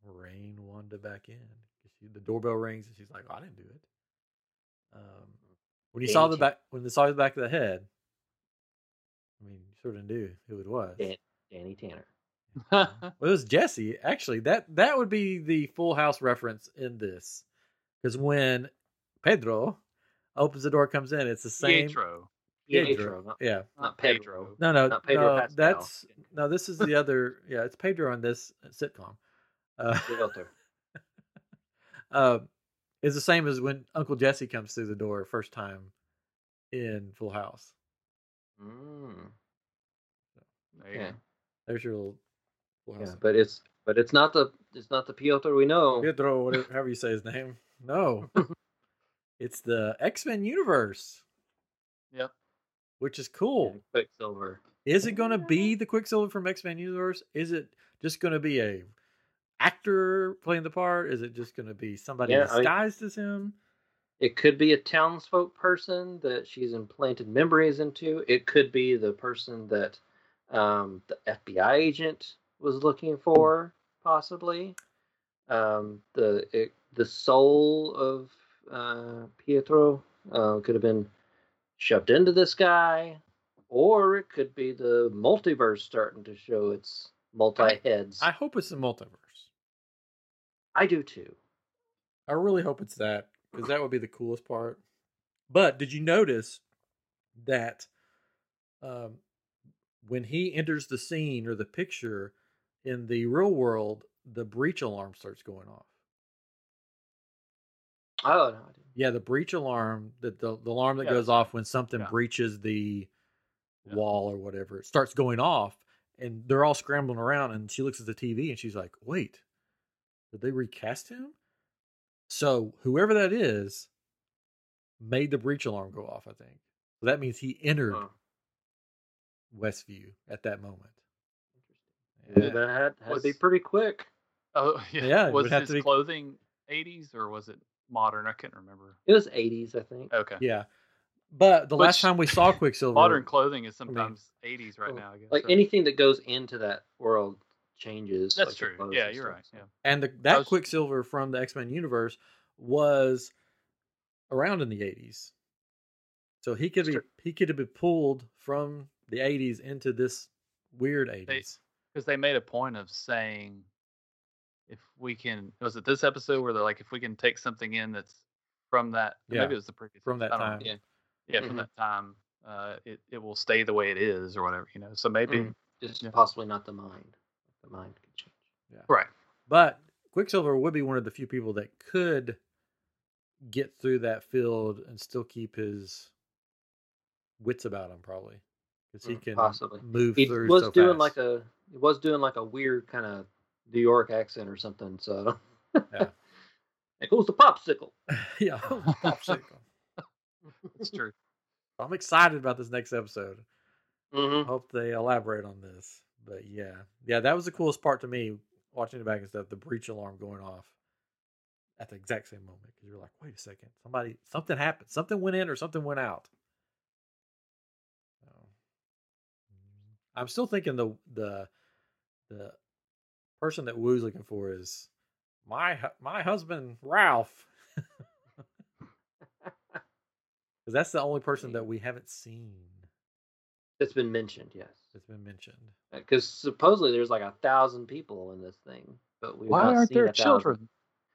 rein Wanda back in. 'Cause She, the doorbell rings and she's like, "Oh, "I didn't do it." Um, when you saw the Agent. back, when you saw the back of the head, I mean, you sort of knew who it was. Dan- Danny Tanner. Mm-hmm. well, it was Jesse. Actually, that that would be the Full House reference in this, because when Pedro opens the door, comes in, it's the same. Pietro, Pedro. Pietro, not, Yeah. not Pedro. No, no, Not Pedro no, Pascal. that's no. This is the other. Yeah, it's Pedro in this sitcom. Uh, Get out there. uh, is the same as when Uncle Jesse comes through the door first time in Full House. Mm, There you Yeah. go. There's your little. Full yeah, House. but it's but it's not the it's not the Piotr we know. Pedro, whatever, however you say his name. No, it's the X Men universe. Yep. which is cool. Quicksilver. Is it going to be the Quicksilver from X Men Universe? Is it just going to be a actor playing the part? Is it just going to be somebody Yeah, I- disguised as him? It could be a townsfolk person that she's implanted memories into. It could be the person that um, the FBI agent was looking for, possibly. Um, the it, the soul of uh, Pietro uh, could have been shoved into this guy, or it could be the multiverse starting to show its multi heads. I hope it's the multiverse. I do too. I really hope it's that because that would be the coolest part. But did you notice that um, when he enters the scene or the picture in the real world, the breach alarm starts going off? Oh no, I didn't. Yeah, the breach alarm that the, the alarm that Yeah, goes that's right. off when something Yeah. breaches the Yeah. wall or whatever it starts going off, and they're all scrambling around. And she looks at the TV and she's like, "Wait, did they recast him?" So whoever that is made the breach alarm go off. I think so. That means he entered Huh. Westview at that moment. Yeah. That had, had to Was- be pretty quick. Oh yeah. Yeah, it was would have his to be- clothing 80s or was it modern? I can't remember. It was 80s, I think. Okay. Yeah, but the last Which- time we saw Quicksilver, Modern clothing is mean- sometimes 80s right Oh, now. I guess. like so- anything that goes into that world changes. That's like, the true. clothes Yeah, and you're stuff, right. so. Yeah. And the, that was- Quicksilver from the X Men universe was around in the eighties, so he could That's be true. he could have been pulled from the eighties into this weird eighties. because they made a point of saying if we can was it this episode where they're like if we can take something in that's from that Yeah, maybe it was the previous from that episode, I don't time. Mm-hmm. know. yeah, from Mhm. that time uh it, it will stay the way it is or whatever you know so maybe Mm-hmm. Mhm. Just Yeah. possibly not the mind. The mind could change. right But Quicksilver would be one of the few people that could get through that field and still keep his wits about him, probably because he Mm, can possibly. move He through. was so doing fast. like a he was doing like a weird kind of New York accent or something. So Yeah. like who's the popsicle? yeah. popsicle. it's true I'm excited about this next episode. Mm-hmm. hope they elaborate on this. But yeah, yeah, that was the coolest part to me watching it back and stuff. The breach alarm going off at the exact same moment because you're like, wait a second, somebody, something happened, something went in or something went out. So, mm, I'm still thinking the the the person that Woo's looking for is my hu- my husband Ralph. Because that's the only person that we haven't seen It's been mentioned, yes. that's been mentioned. Because supposedly there's like a thousand people in this thing, but we've why not aren't seen there a thousand. children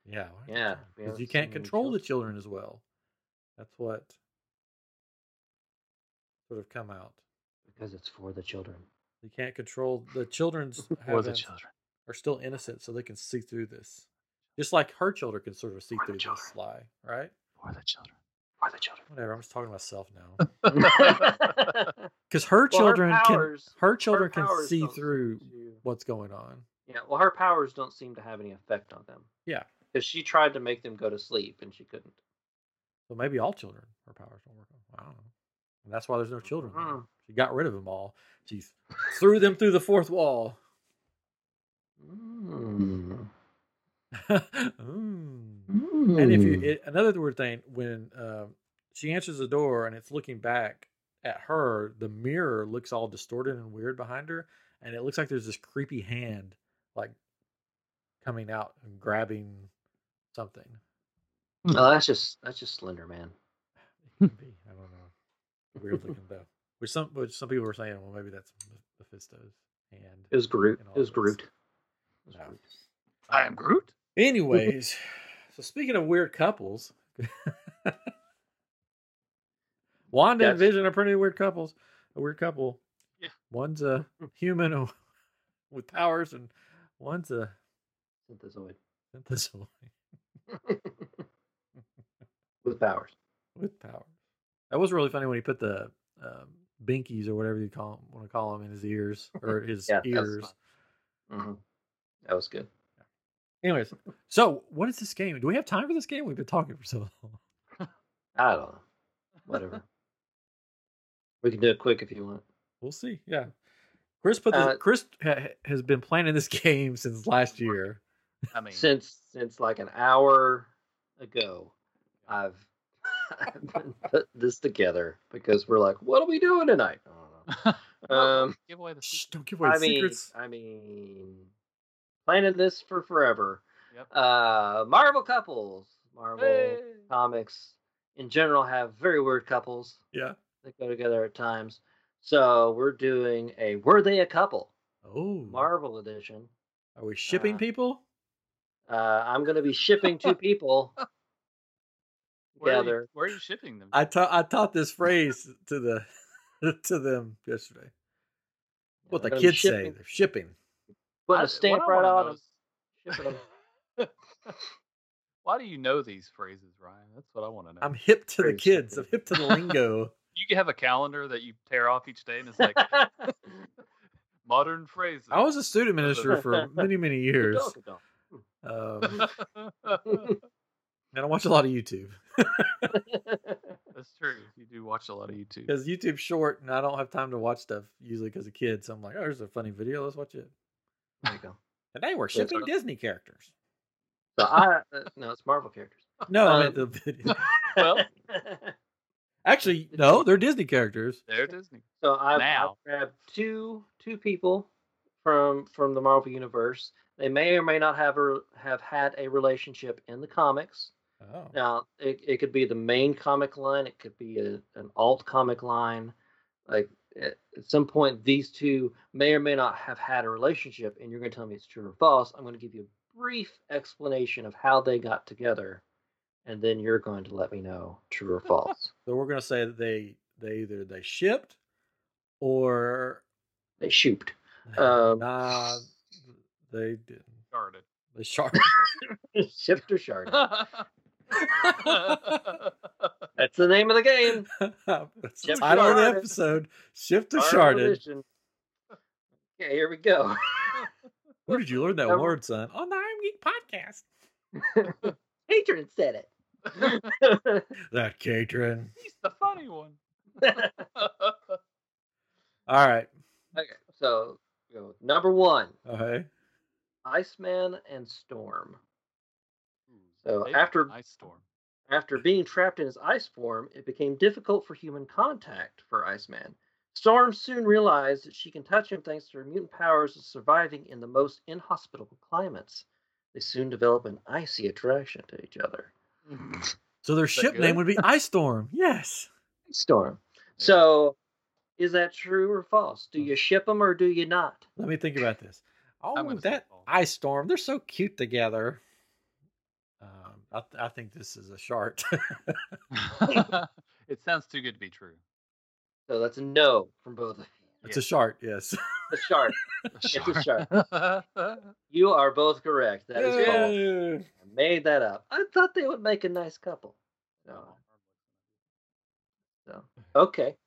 Yeah. why not? Yeah, we Because haven't you can't seen any control the children as well. That's what sort of come out. Because it's for the children. You can't control the children's or the haven't- children are still innocent, so they can see through this. Just like her children can sort of see For through the this children. lie, right? or the children For the children. Whatever. I'm just talking to myself now. her Because her Well, her children powers- can her children can powers see don't seem through to- what's going on. Yeah, well, her powers don't seem to have any effect on them. Yeah. Because she tried to make them go to sleep and she couldn't. So maybe all children her powers don't work on. I don't know. And that's why there's no children. there. Mhm. She got rid of them all. She threw them through the fourth wall. Mm. Mm. And if you, it, another weird thing, when um she answers the door and it's looking back at her, the mirror looks all distorted and weird behind her, and it looks like there's this creepy hand like coming out and grabbing something. no, Oh, that's just that's just Slender Man. It could be, I don't know. Weird looking though. Which some which some people were saying, well, maybe that's Meph- Mephisto's hand. It was Groot. And all It was this. Groot. It was No. Groot. I am Groot. Anyways, so speaking of weird couples, Wanda and Yes. Vision are pretty weird couples. A weird couple. Yeah. One's a human with powers, and one's a Synthesoid. synthesoid With powers. with powers. That was really funny when he put the um, binkies or whatever you call 'em- want to call them in his ears or his Yeah, that was ears. fun. hmm That was good. Anyways, so what is this game? Do we have time for this game? We've been talking for so long. I don't know. Whatever. we can do it quick if you want. We'll see. Yeah. Chris put this, Uh, Chris ha- has been playing this game since last year. I mean, Since since like an hour ago, I've, I've been put this together because we're like, what are we doing tonight? I don't know. Um, give away the Shh, secret. don't give away I the mean, secrets. I mean, planning this for forever. Yep. Uh, Marvel couples, Marvel Hey. comics in general have very weird couples Yeah. that go together at times. So we're doing a Were They a Couple Hmm. Oh, Marvel edition. are we shipping uh, people? Uh, I'm going to be shipping two people Where are, together. you, where are you shipping them? I taught I taught this phrase to the to them yesterday. What I'm the gonna be kids say? shipping- They're shipping. Putting I- a stamp what I right wanna on know them. is- Shipping them. Why do you know these phrases, Ryan? That's what I want to know. I'm hip to the Phrase kids. I'm shipping. hip to the lingo. you can have a calendar that you tear off each day, and it's like modern phrases. I was a student minister for many many years, um, and I watch a lot of YouTube That's true. You do watch a lot of YouTube. because YouTube's short, and I don't have time to watch stuff usually because of kids. So I'm like, oh, there's a funny video. Let's watch it. There you go. Today we're Yes, shipping sir. Disney characters. So I, uh, no, it's Marvel characters. No, I Um, meant the video. Well, Actually, no, they're Disney characters. They're Disney. So I've, Now. I've grabbed two two people from from the Marvel universe. They may or may not have a, have had a relationship in the comics. Oh. Now it, it could be the main comic line. It could be a, an alt comic line. Like at, at some point, these two may or may not have had a relationship, and you're going to tell me it's true or false. I'm going to give you a brief explanation of how they got together, and then you're going to let me know true or false. So we're gonna say that they they either they shipped or they shooped. Um, nah, they didn't. Started. They sharp. Shifter Shard. That's the name of the game. That's the Shift title of the sharded. episode. Shift to Marvel sharded. Edition. Okay, here we go. Where did you learn that Um, word, son? On the Iron Geek podcast. Patron said it. That Catron. He's the funny one. All right. okay, so you know, number one, Okay. Iceman and Storm. So after- ice storm, After being trapped in his ice form, it became difficult for human contact for Iceman. Storm soon realized that she can touch him thanks to her mutant powers of surviving in the most inhospitable climates. They soon develop an icy attraction to each other. So their that ship name good? would be Ice Storm. Yes. Storm. Yeah. So, is that true or false? Do you ship them or do you not? Let me think about this. I'm Oh, gonna say that false. ice storm. They're so cute together. Um, I, th- I think this is a shart. it sounds too good to be true. So that's a no from both of you. it's a shart, yes. The shark. It's a shark. Sure. You are both correct. That is false. Yay. I made that up. I thought they would make a nice couple. No. So okay,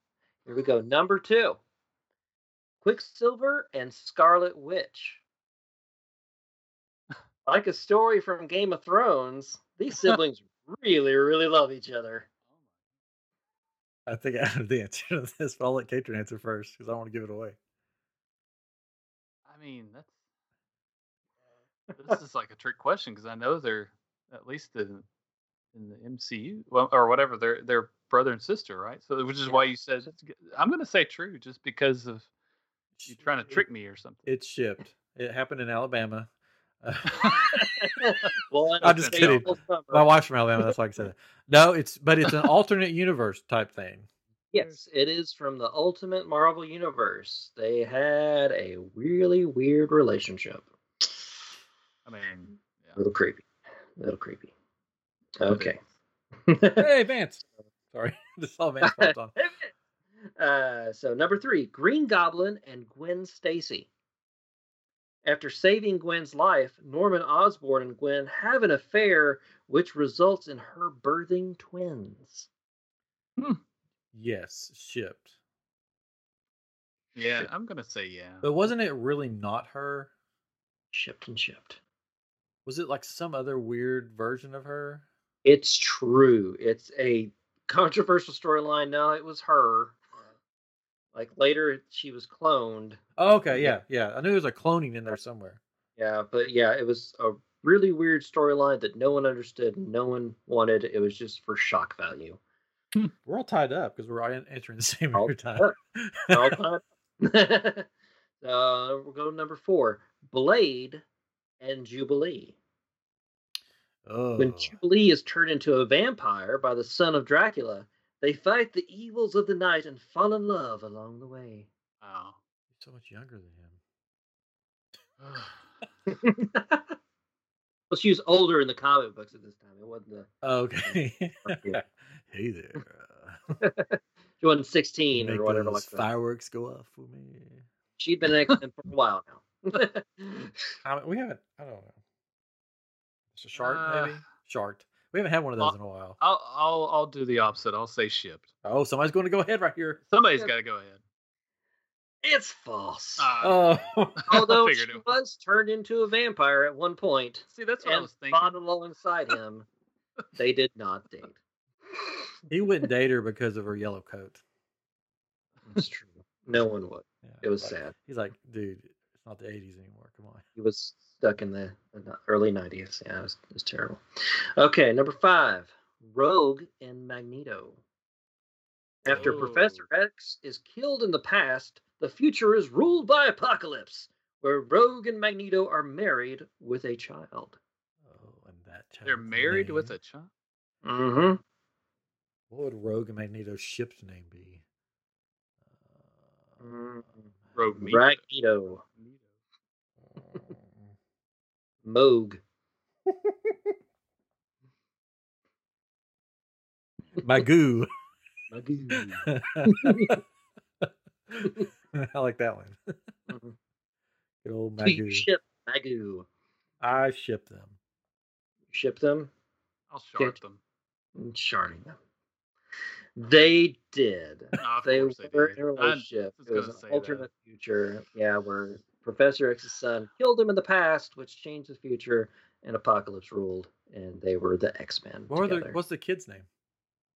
here we go. Number two, Quicksilver and Scarlet Witch. Like a story from Game of Thrones, these siblings really, really love each other. I think I have the answer to this, but I'll let Katrin answer first because I want to give it away. I mean, that's Uh, this is like a trick question because I know they're at least in in the MCU well, or whatever they're they're brother and sister, right? So which is why you said I'm going to say true just because of you trying to trick me or something. It shipped. It happened in Alabama. Uh, Well, I'm just kidding. my wife's from Alabama. That's why I said that. No, it's but it's an alternate universe type thing. Yes, it is from the Ultimate Marvel Universe. They had a really weird relationship. I mean, A little creepy. A little creepy. it Okay. is. Hey, Vance. Sorry, this is all Vance fault on. uh, so number three, Green Goblin and Gwen Stacy. After saving Gwen's life, Norman Osborn and Gwen have an affair, which results in her birthing twins. Yes, shipped. Yeah, I'm going to say yeah. But wasn't it really not her? Shipped and shipped. Was it like some other weird version of her? It's true. It's a controversial storyline. No, it was her. Like later, she was cloned. Oh, okay, yeah, yeah. I knew there was a cloning in there somewhere. Yeah, but yeah, it was a really weird storyline that no one understood, no one wanted. It was just for shock value. We're all tied up because we're all an- answering the same All every time. tied All time. uh, we'll go to number four Blade and Jubilee. oh, When Jubilee is turned into a vampire by the son of Dracula, they fight the evils of the night and fall in love along the way. Wow. so much younger than him. well, she was older in the comic books at this time. It wasn't the, Oh, Okay. Yeah. hey there. uh, she wasn't 16 make or whatever those like that. fireworks go off for me. She'd been an X-Men for a while now. I mean, we haven't. I don't know. It's a shark, Uh, maybe shark. We haven't had one of those in a while. I'll I'll I'll do the opposite. I'll say shipped. Oh, somebody's going to go ahead right here. Somebody's got to go ahead. it's false. Ah, Uh. Oh, Although I she figured it. was turned into a vampire at one point See, that's what I and was thinking. fought alongside him, they did not date. he wouldn't date her because of her yellow coat. It's true. No one would. Yeah, It was like- sad. He's like, dude, it's not the '80s anymore. Come on. He was stuck in the, in the early 90s. Yeah, it was, it was terrible. Okay, number five Rogue and Magneto. After Oh. Professor X is killed in the past, the future is ruled by Apocalypse, where Rogue and Magneto are married with a child. Oh, and that They're child's married with name- a child. Mm-hmm. What would Rogue and Magneto's ship's name be? Mm, Rogue meat. Magneto. Uh, Moog. Magoo. Magoo. I like that one. Mm-hmm. Mhm. Good old You Magoo. ship Magoo. You I ship them. Ship them. I'll short them. and Sharding them. They did. Nah, of they course they were did. in a I relationship. was It was gonna say an that. alternate future. Yeah, where Professor X's son killed him in the past, which changed the future, and Apocalypse ruled, and they were the X Men. What were the, what's the kid's name?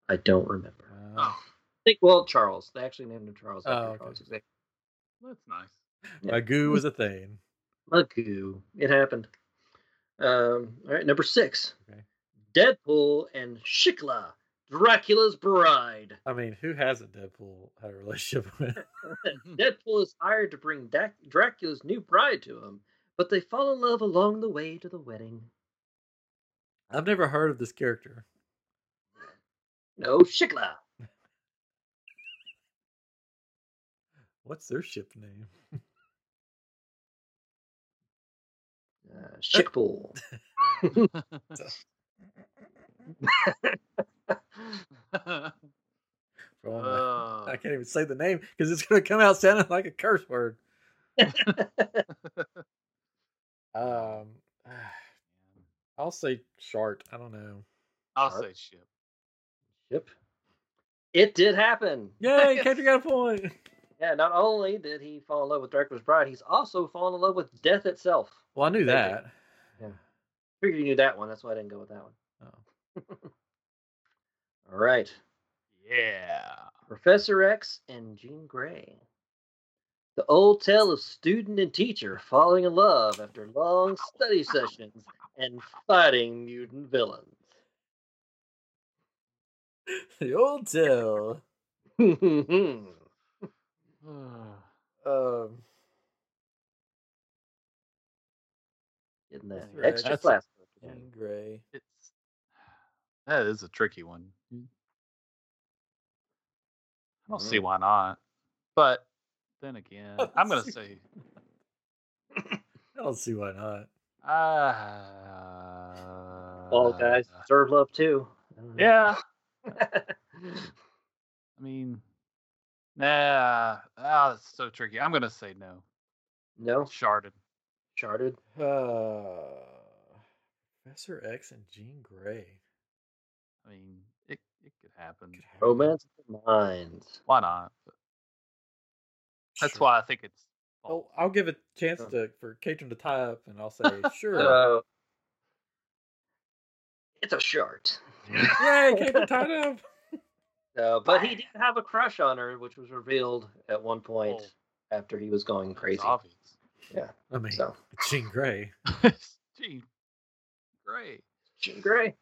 I don't remember. I Oh, Oh, think well Charles. They actually named him Charles Oh, after okay. Charles. Xavier. Oh. that's nice. yeah. Magoo was a thing. Magoo. It happened. Um, all right, number six. Okay. Deadpool and Shikla, Dracula's bride. I mean, who hasn't Deadpool had a relationship with? Deadpool is hired to bring Dac- Dracula's new bride to him, but they fall in love along the way to the wedding. I've never heard of this character. No, Shikla. What's their ship name? Uh, Shikpool. For all my- Oh. I can't even say the name because it's going to come out sounding like a curse word. um, I'll say shart. I don't know. I'll Sharp. say ship. yep. It did happen. Yay, Kendrick got a point. Yeah, not only did he fall in love with Dracula's bride, he's also fallen in love with death itself. Well, I knew Thank you. that. Figured you knew that one. That's why I didn't go with that one. Oh. All right. Yeah. Professor X and Jean Grey. The old tale of student and teacher falling in love after long study sessions and fighting mutant villains. the old tale. That's Um, That's right. extra That's- class. Jean Grey. it's that is a tricky one. I don't see Mhm. why not, but then again, don't I'm gonna see- say I don't see why not. uh, All guys deserve love too. I don't know. Yeah, I mean, nah, ah, that's so tricky. I'm gonna say no. no, Sharded. charted. Uh, Professor X and Jean Grey. I mean, it it could happen. Could happen. Romance of the minds. Why not? But that's Sure. why I think it's. Oh, I'll give a chance Sure. to for Catron to tie up, and I'll say sure. So it's a short. Yay, Catron tied up. Uh, but he did have a crush on her, which was revealed at one point Oh. after he was going it's crazy. obvious. I mean, So, Jean Grey. Gee, great. Jean Grey.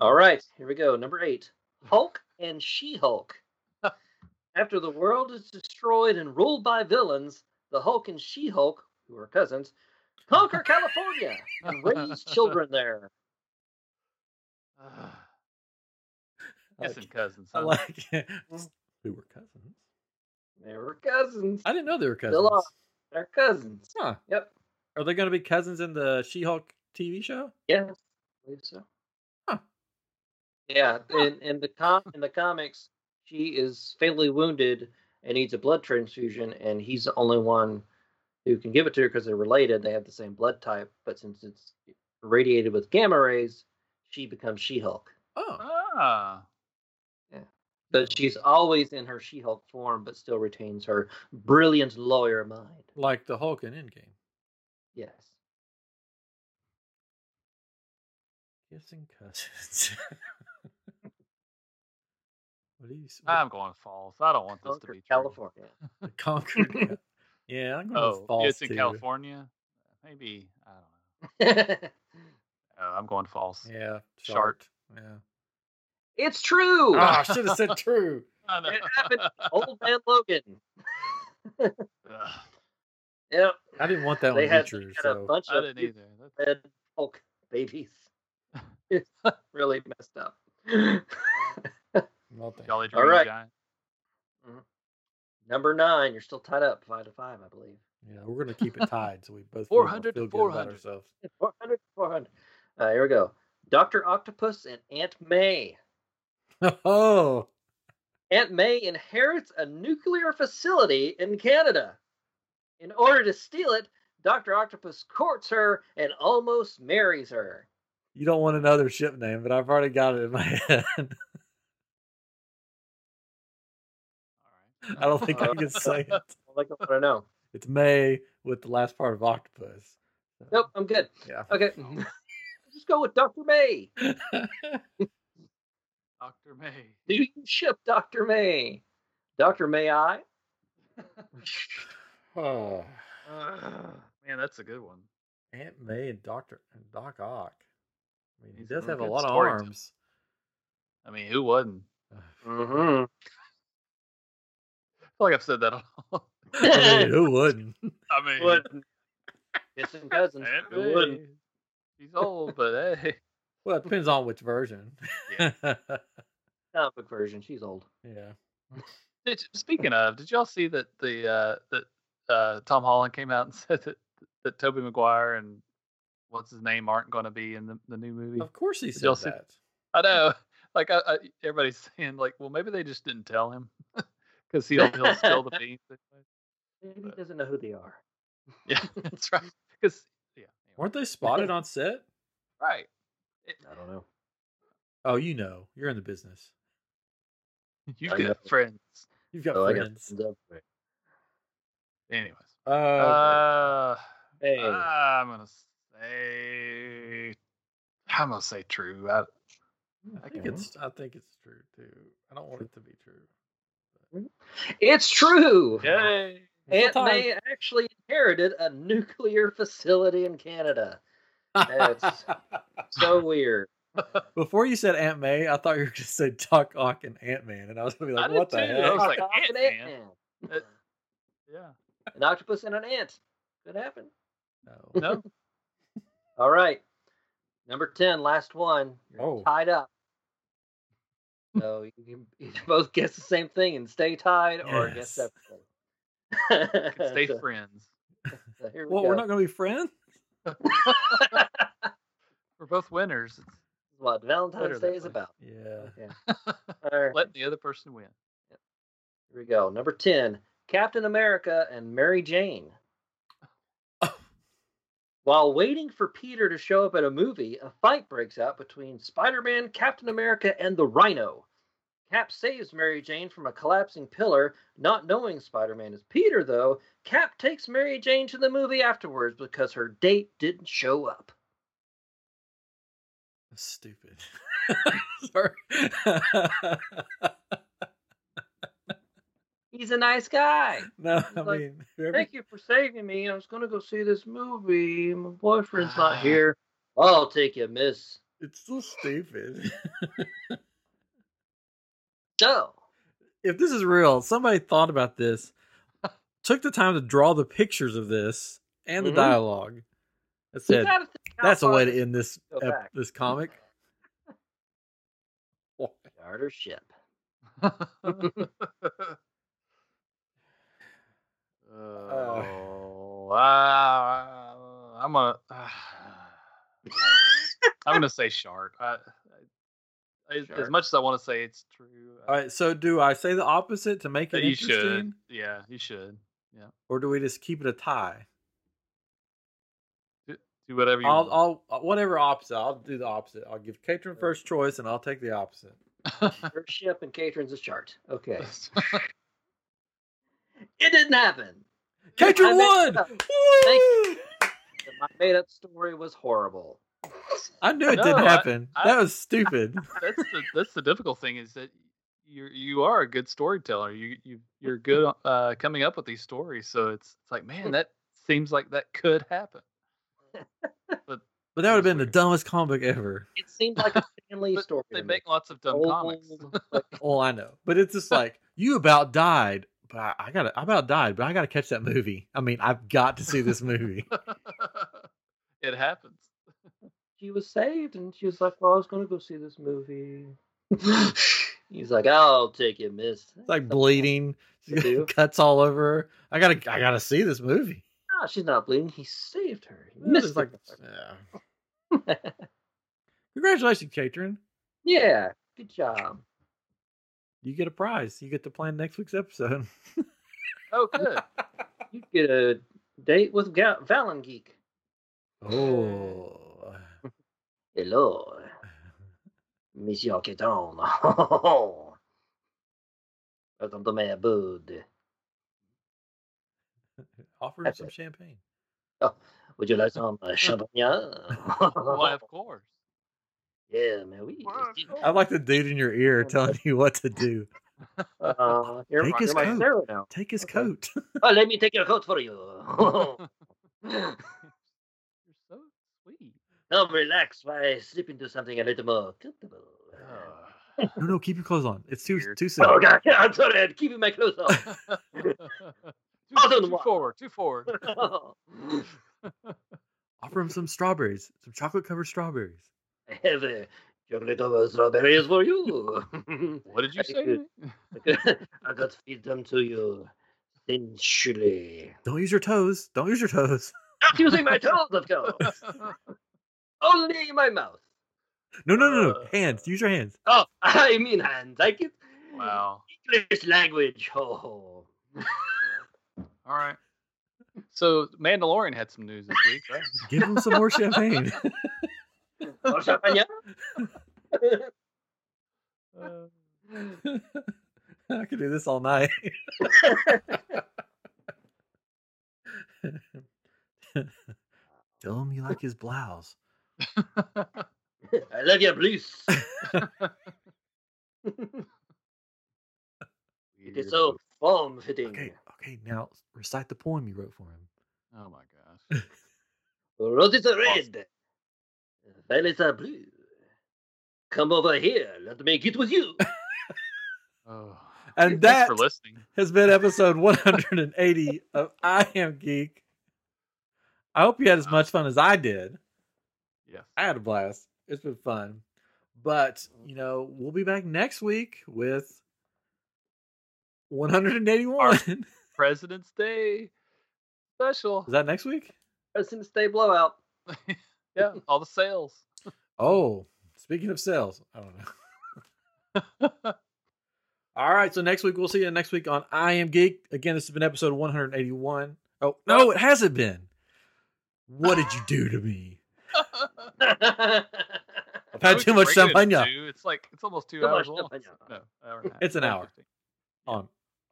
All right, here we go. Number eight Hulk and She Hulk. After the world is destroyed and ruled by villains, the Hulk and She Hulk, who are cousins, conquer California and raise children there. Ah, I Kissing like- cousins. Oh, I huh? like it. They were cousins. They were cousins. I didn't know they were cousins. Still are. They're cousins. Huh. Yep. Are they going to be cousins in the She-Hulk TV show? Yeah, I believe so. Huh. Yeah, in, in the com- in the comics, she is fatally wounded and needs a blood transfusion, and he's the only one who can give it to her because they're related. They have the same blood type, but since it's irradiated with gamma rays, she becomes She-Hulk. Oh, Ah, But she's always in her She-Hulk form, but still retains her brilliant lawyer mind. like the Hulk in Endgame. Yes. Kissing cousins. what do you? s- What, I'm going false. I don't want this to Conquer be true. California. the conquered. co- yeah, I'm going Oh, with false it's in too. California. Maybe I don't know. Oh, I'm going false. Yeah, Shart. short. Yeah. it's true. Oh, Ah. I should have said true. I know. It happened. Old man Logan. Ugh, Yep. I didn't want that they one had, to be true. they had a So bunch I of didn't either. That's- red Hulk babies. It's really messed up. Well, thank- Jolly All Green right. Giant. Number nine, you're still tied up five to five, I believe. yeah, we're going to keep it tied, so we both 400 to feel, feel good about 400. ourselves. 400, 400. Uh, here we go. Dr. Octopus and Aunt May. Oh, Aunt May inherits a nuclear facility in Canada. In order to steal it, Dr. Octopus courts her and almost marries her. you don't want another ship name, but I've already got it in my head. All right. I don't think I can say it. I like I want to know. It's May with the last part of octopus. Nope, I'm good. Yeah. Okay. Mm-hmm. Oh. Just go with Dr. May. Doctor May. Do you ship Dr. May? Dr. May I? Oh. Man, that's a good one. Aunt May and Doctor and Doc Ock. I mean, he He's a does real have a good lot of storyteller. arms. I mean, who wouldn't? Mm-hmm. I feel like I've said that all. I mean, who wouldn't? I mean, Wouldn't. Kissing cousins. Aunt Who wouldn't? May. She's old, but hey. Well, it depends on which version. Yeah. Comic book version. She's old. Did, speaking of, did y'all see that the uh, that uh, Tom Holland came out and said that that Toby Maguire and what's his name aren't going to be in the, the new movie? Oh. Of course he said y'all see- that. I know, like I, I, everybody's saying, like, well, maybe they just didn't tell him because he'll he'll spill the beans. anyway. Maybe he doesn't know who they are. Yeah, that's right. Because yeah, anyway. Weren't they spotted on set? right. It- I don't know. Oh, you know, you're in the business. you I get know. friends, You've got Oh, I got friends. anyways. Uh, Uh, Hey. I'm gonna say I'm gonna say true. I, I think it's. I think it's true too. I don't want it to be true. It's true. Yay! Aunt Sometimes- May actually inherited a nuclear facility in Canada. That's- So weird. Before you said Aunt May, I thought you were going to say Doc Ock and Ant Man, and I was going to be I like, did "What the too. I heck?" was like, An Ant-Man? Ant-Man. That- Yeah. An octopus and an ant. Could happen. No. No. All right. Number 10, last one. You're Oh. tied up. So you can you can both guess the same thing and stay tied or guess Yes. separately. Can stay So- friends. so here we Well, go. we're not going to be friends. We're both winners. It's what Better Valentine's that Day is way. about. Yeah. Okay. All right. letting the other person win. Here we go. Number 10, Captain America and Mary Jane. While waiting for Peter to show up at a movie, a fight breaks out between Spider Man, Captain America, and the Rhino. Cap saves Mary Jane from a collapsing pillar, not knowing Spider Man is Peter, though. Cap takes Mary Jane to the movie afterwards because her date didn't show up. That's stupid. Sorry. He's a nice guy. no, I Like, mean, whoever- Thank you for saving me. I was going to go see this movie. My boyfriend's Ah. not here. I'll take you, miss. it's so stupid. So, if this is real, somebody thought about this, took the time to draw the pictures of this and the Mhm. dialogue. I you said, gotta think how that's a far way this to end this Go ep- back. this comic. Charter ship. oh, uh, I'm a. am gonna say shard. I, I- as, as Shard. much as I want to say it's true, All right, so do I say the opposite to make uh, it you interesting, should. Yeah, you should or do we just keep it a tie? do whatever you. want. I'll, I'll whatever opposite. I'll do the opposite. I'll give Catron first choice, and I'll take the opposite. Charter ship and Catron's a chart. Okay. It didn't happen. I Catron messed won. up. Woo! My made up story was horrible. I knew it No, didn't I- happen. I- that was stupid. that's the that's the difficult thing is that you you are a good storyteller. You you you're good uh, coming up with these stories. So it's it's like man, that seems like that could happen. But that would have been the weird. dumbest comic book ever. It seemed like a family But story. They to me. make lots of dumb Old, comics. like, All I know, but it's just like you about died, but I, I got I about died, but I got to catch that movie. I mean, I've got to see this movie. it happens. she was saved, and she was like, "Well, I was going to go see this movie." He's like, "I'll take you, Miss." It's like bleeding, I do. cuts all over. I gotta I gotta see this movie. No, she's not bleeding. He saved her. He It's missed like, her. yeah. Congratulations, Catron. Yeah. Good job. You get a prize. You get to plan next week's episode. Oh, good. You get a date with Ga- Valen Geek. Oh, Hello, Monsieur Keton. Welcome to my abode. offer him some champagne. Would you like some uh, champagne? Why, of course. yeah, man, we. Why, of course. I like the dude in your ear telling you what to do. Uh, you're Take my, his you're my coat. Sarah now. Take his Okay. coat. Oh, let me take your coat for you. You're so sweet. now relax while I slip into something a little more comfortable. Uh. No, no, keep your clothes on. It's too Weird. too soon. Oh, God, I'm sorry, I'm keeping my clothes off. Two- Other two one. forward, two forward. Offer him some strawberries, some chocolate covered strawberries. I have a chocolate over strawberries for you. What did you I say? to could- me? I got to feed them to you. Sensually. Don't use your toes. Don't use your toes. Not using my toes, of course. Only my mouth. No, no, no, no. Uh. Hands. Use your hands. Oh, I mean hands. I get wow. English language. Oh. All right. So Mandalorian had some news this week, right? Give him some more champagne. Oh, champagne. Uh, I could do this all night. Tell him you like his blouse. I love you, Bruce. weird. bigger. so poop. foam fitting. okay, okay. Now recite the poem you wrote for him. Oh my gosh. Roses are red, violets are blue. Come over here, let me get with you. Oh. And Thanks that for listening. has been episode 180 of I Am Geek. I hope you had as much fun as I did. Yes. I had a blast. It's been fun. But, you know, we'll be back next week with 181. Is President's Day special. that next week? President's Day blowout. yeah, all the sales. Oh, speaking of sales, I don't know. All right, so next week we'll see you next week on I Am Geek. Again, this has been episode 181. Oh, no, it hasn't been. What did you do to me? I've had too We can much break it into champagne. two. It's like it's almost two Too hours much long. champagne. No, hour and a half. It's an Hour hour. 15. on Oh,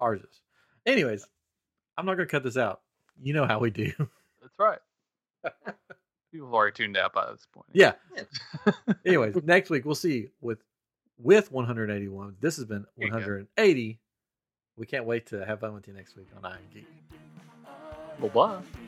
ours. is. Anyways, I'm not gonna cut this out. You know how we do. That's right. People have already tuned out by this point. yeah. Anyways, next week we'll see with with 181. This has been There you go. 180. We can't wait to have fun with you next week on I Am Geek. Well, bye.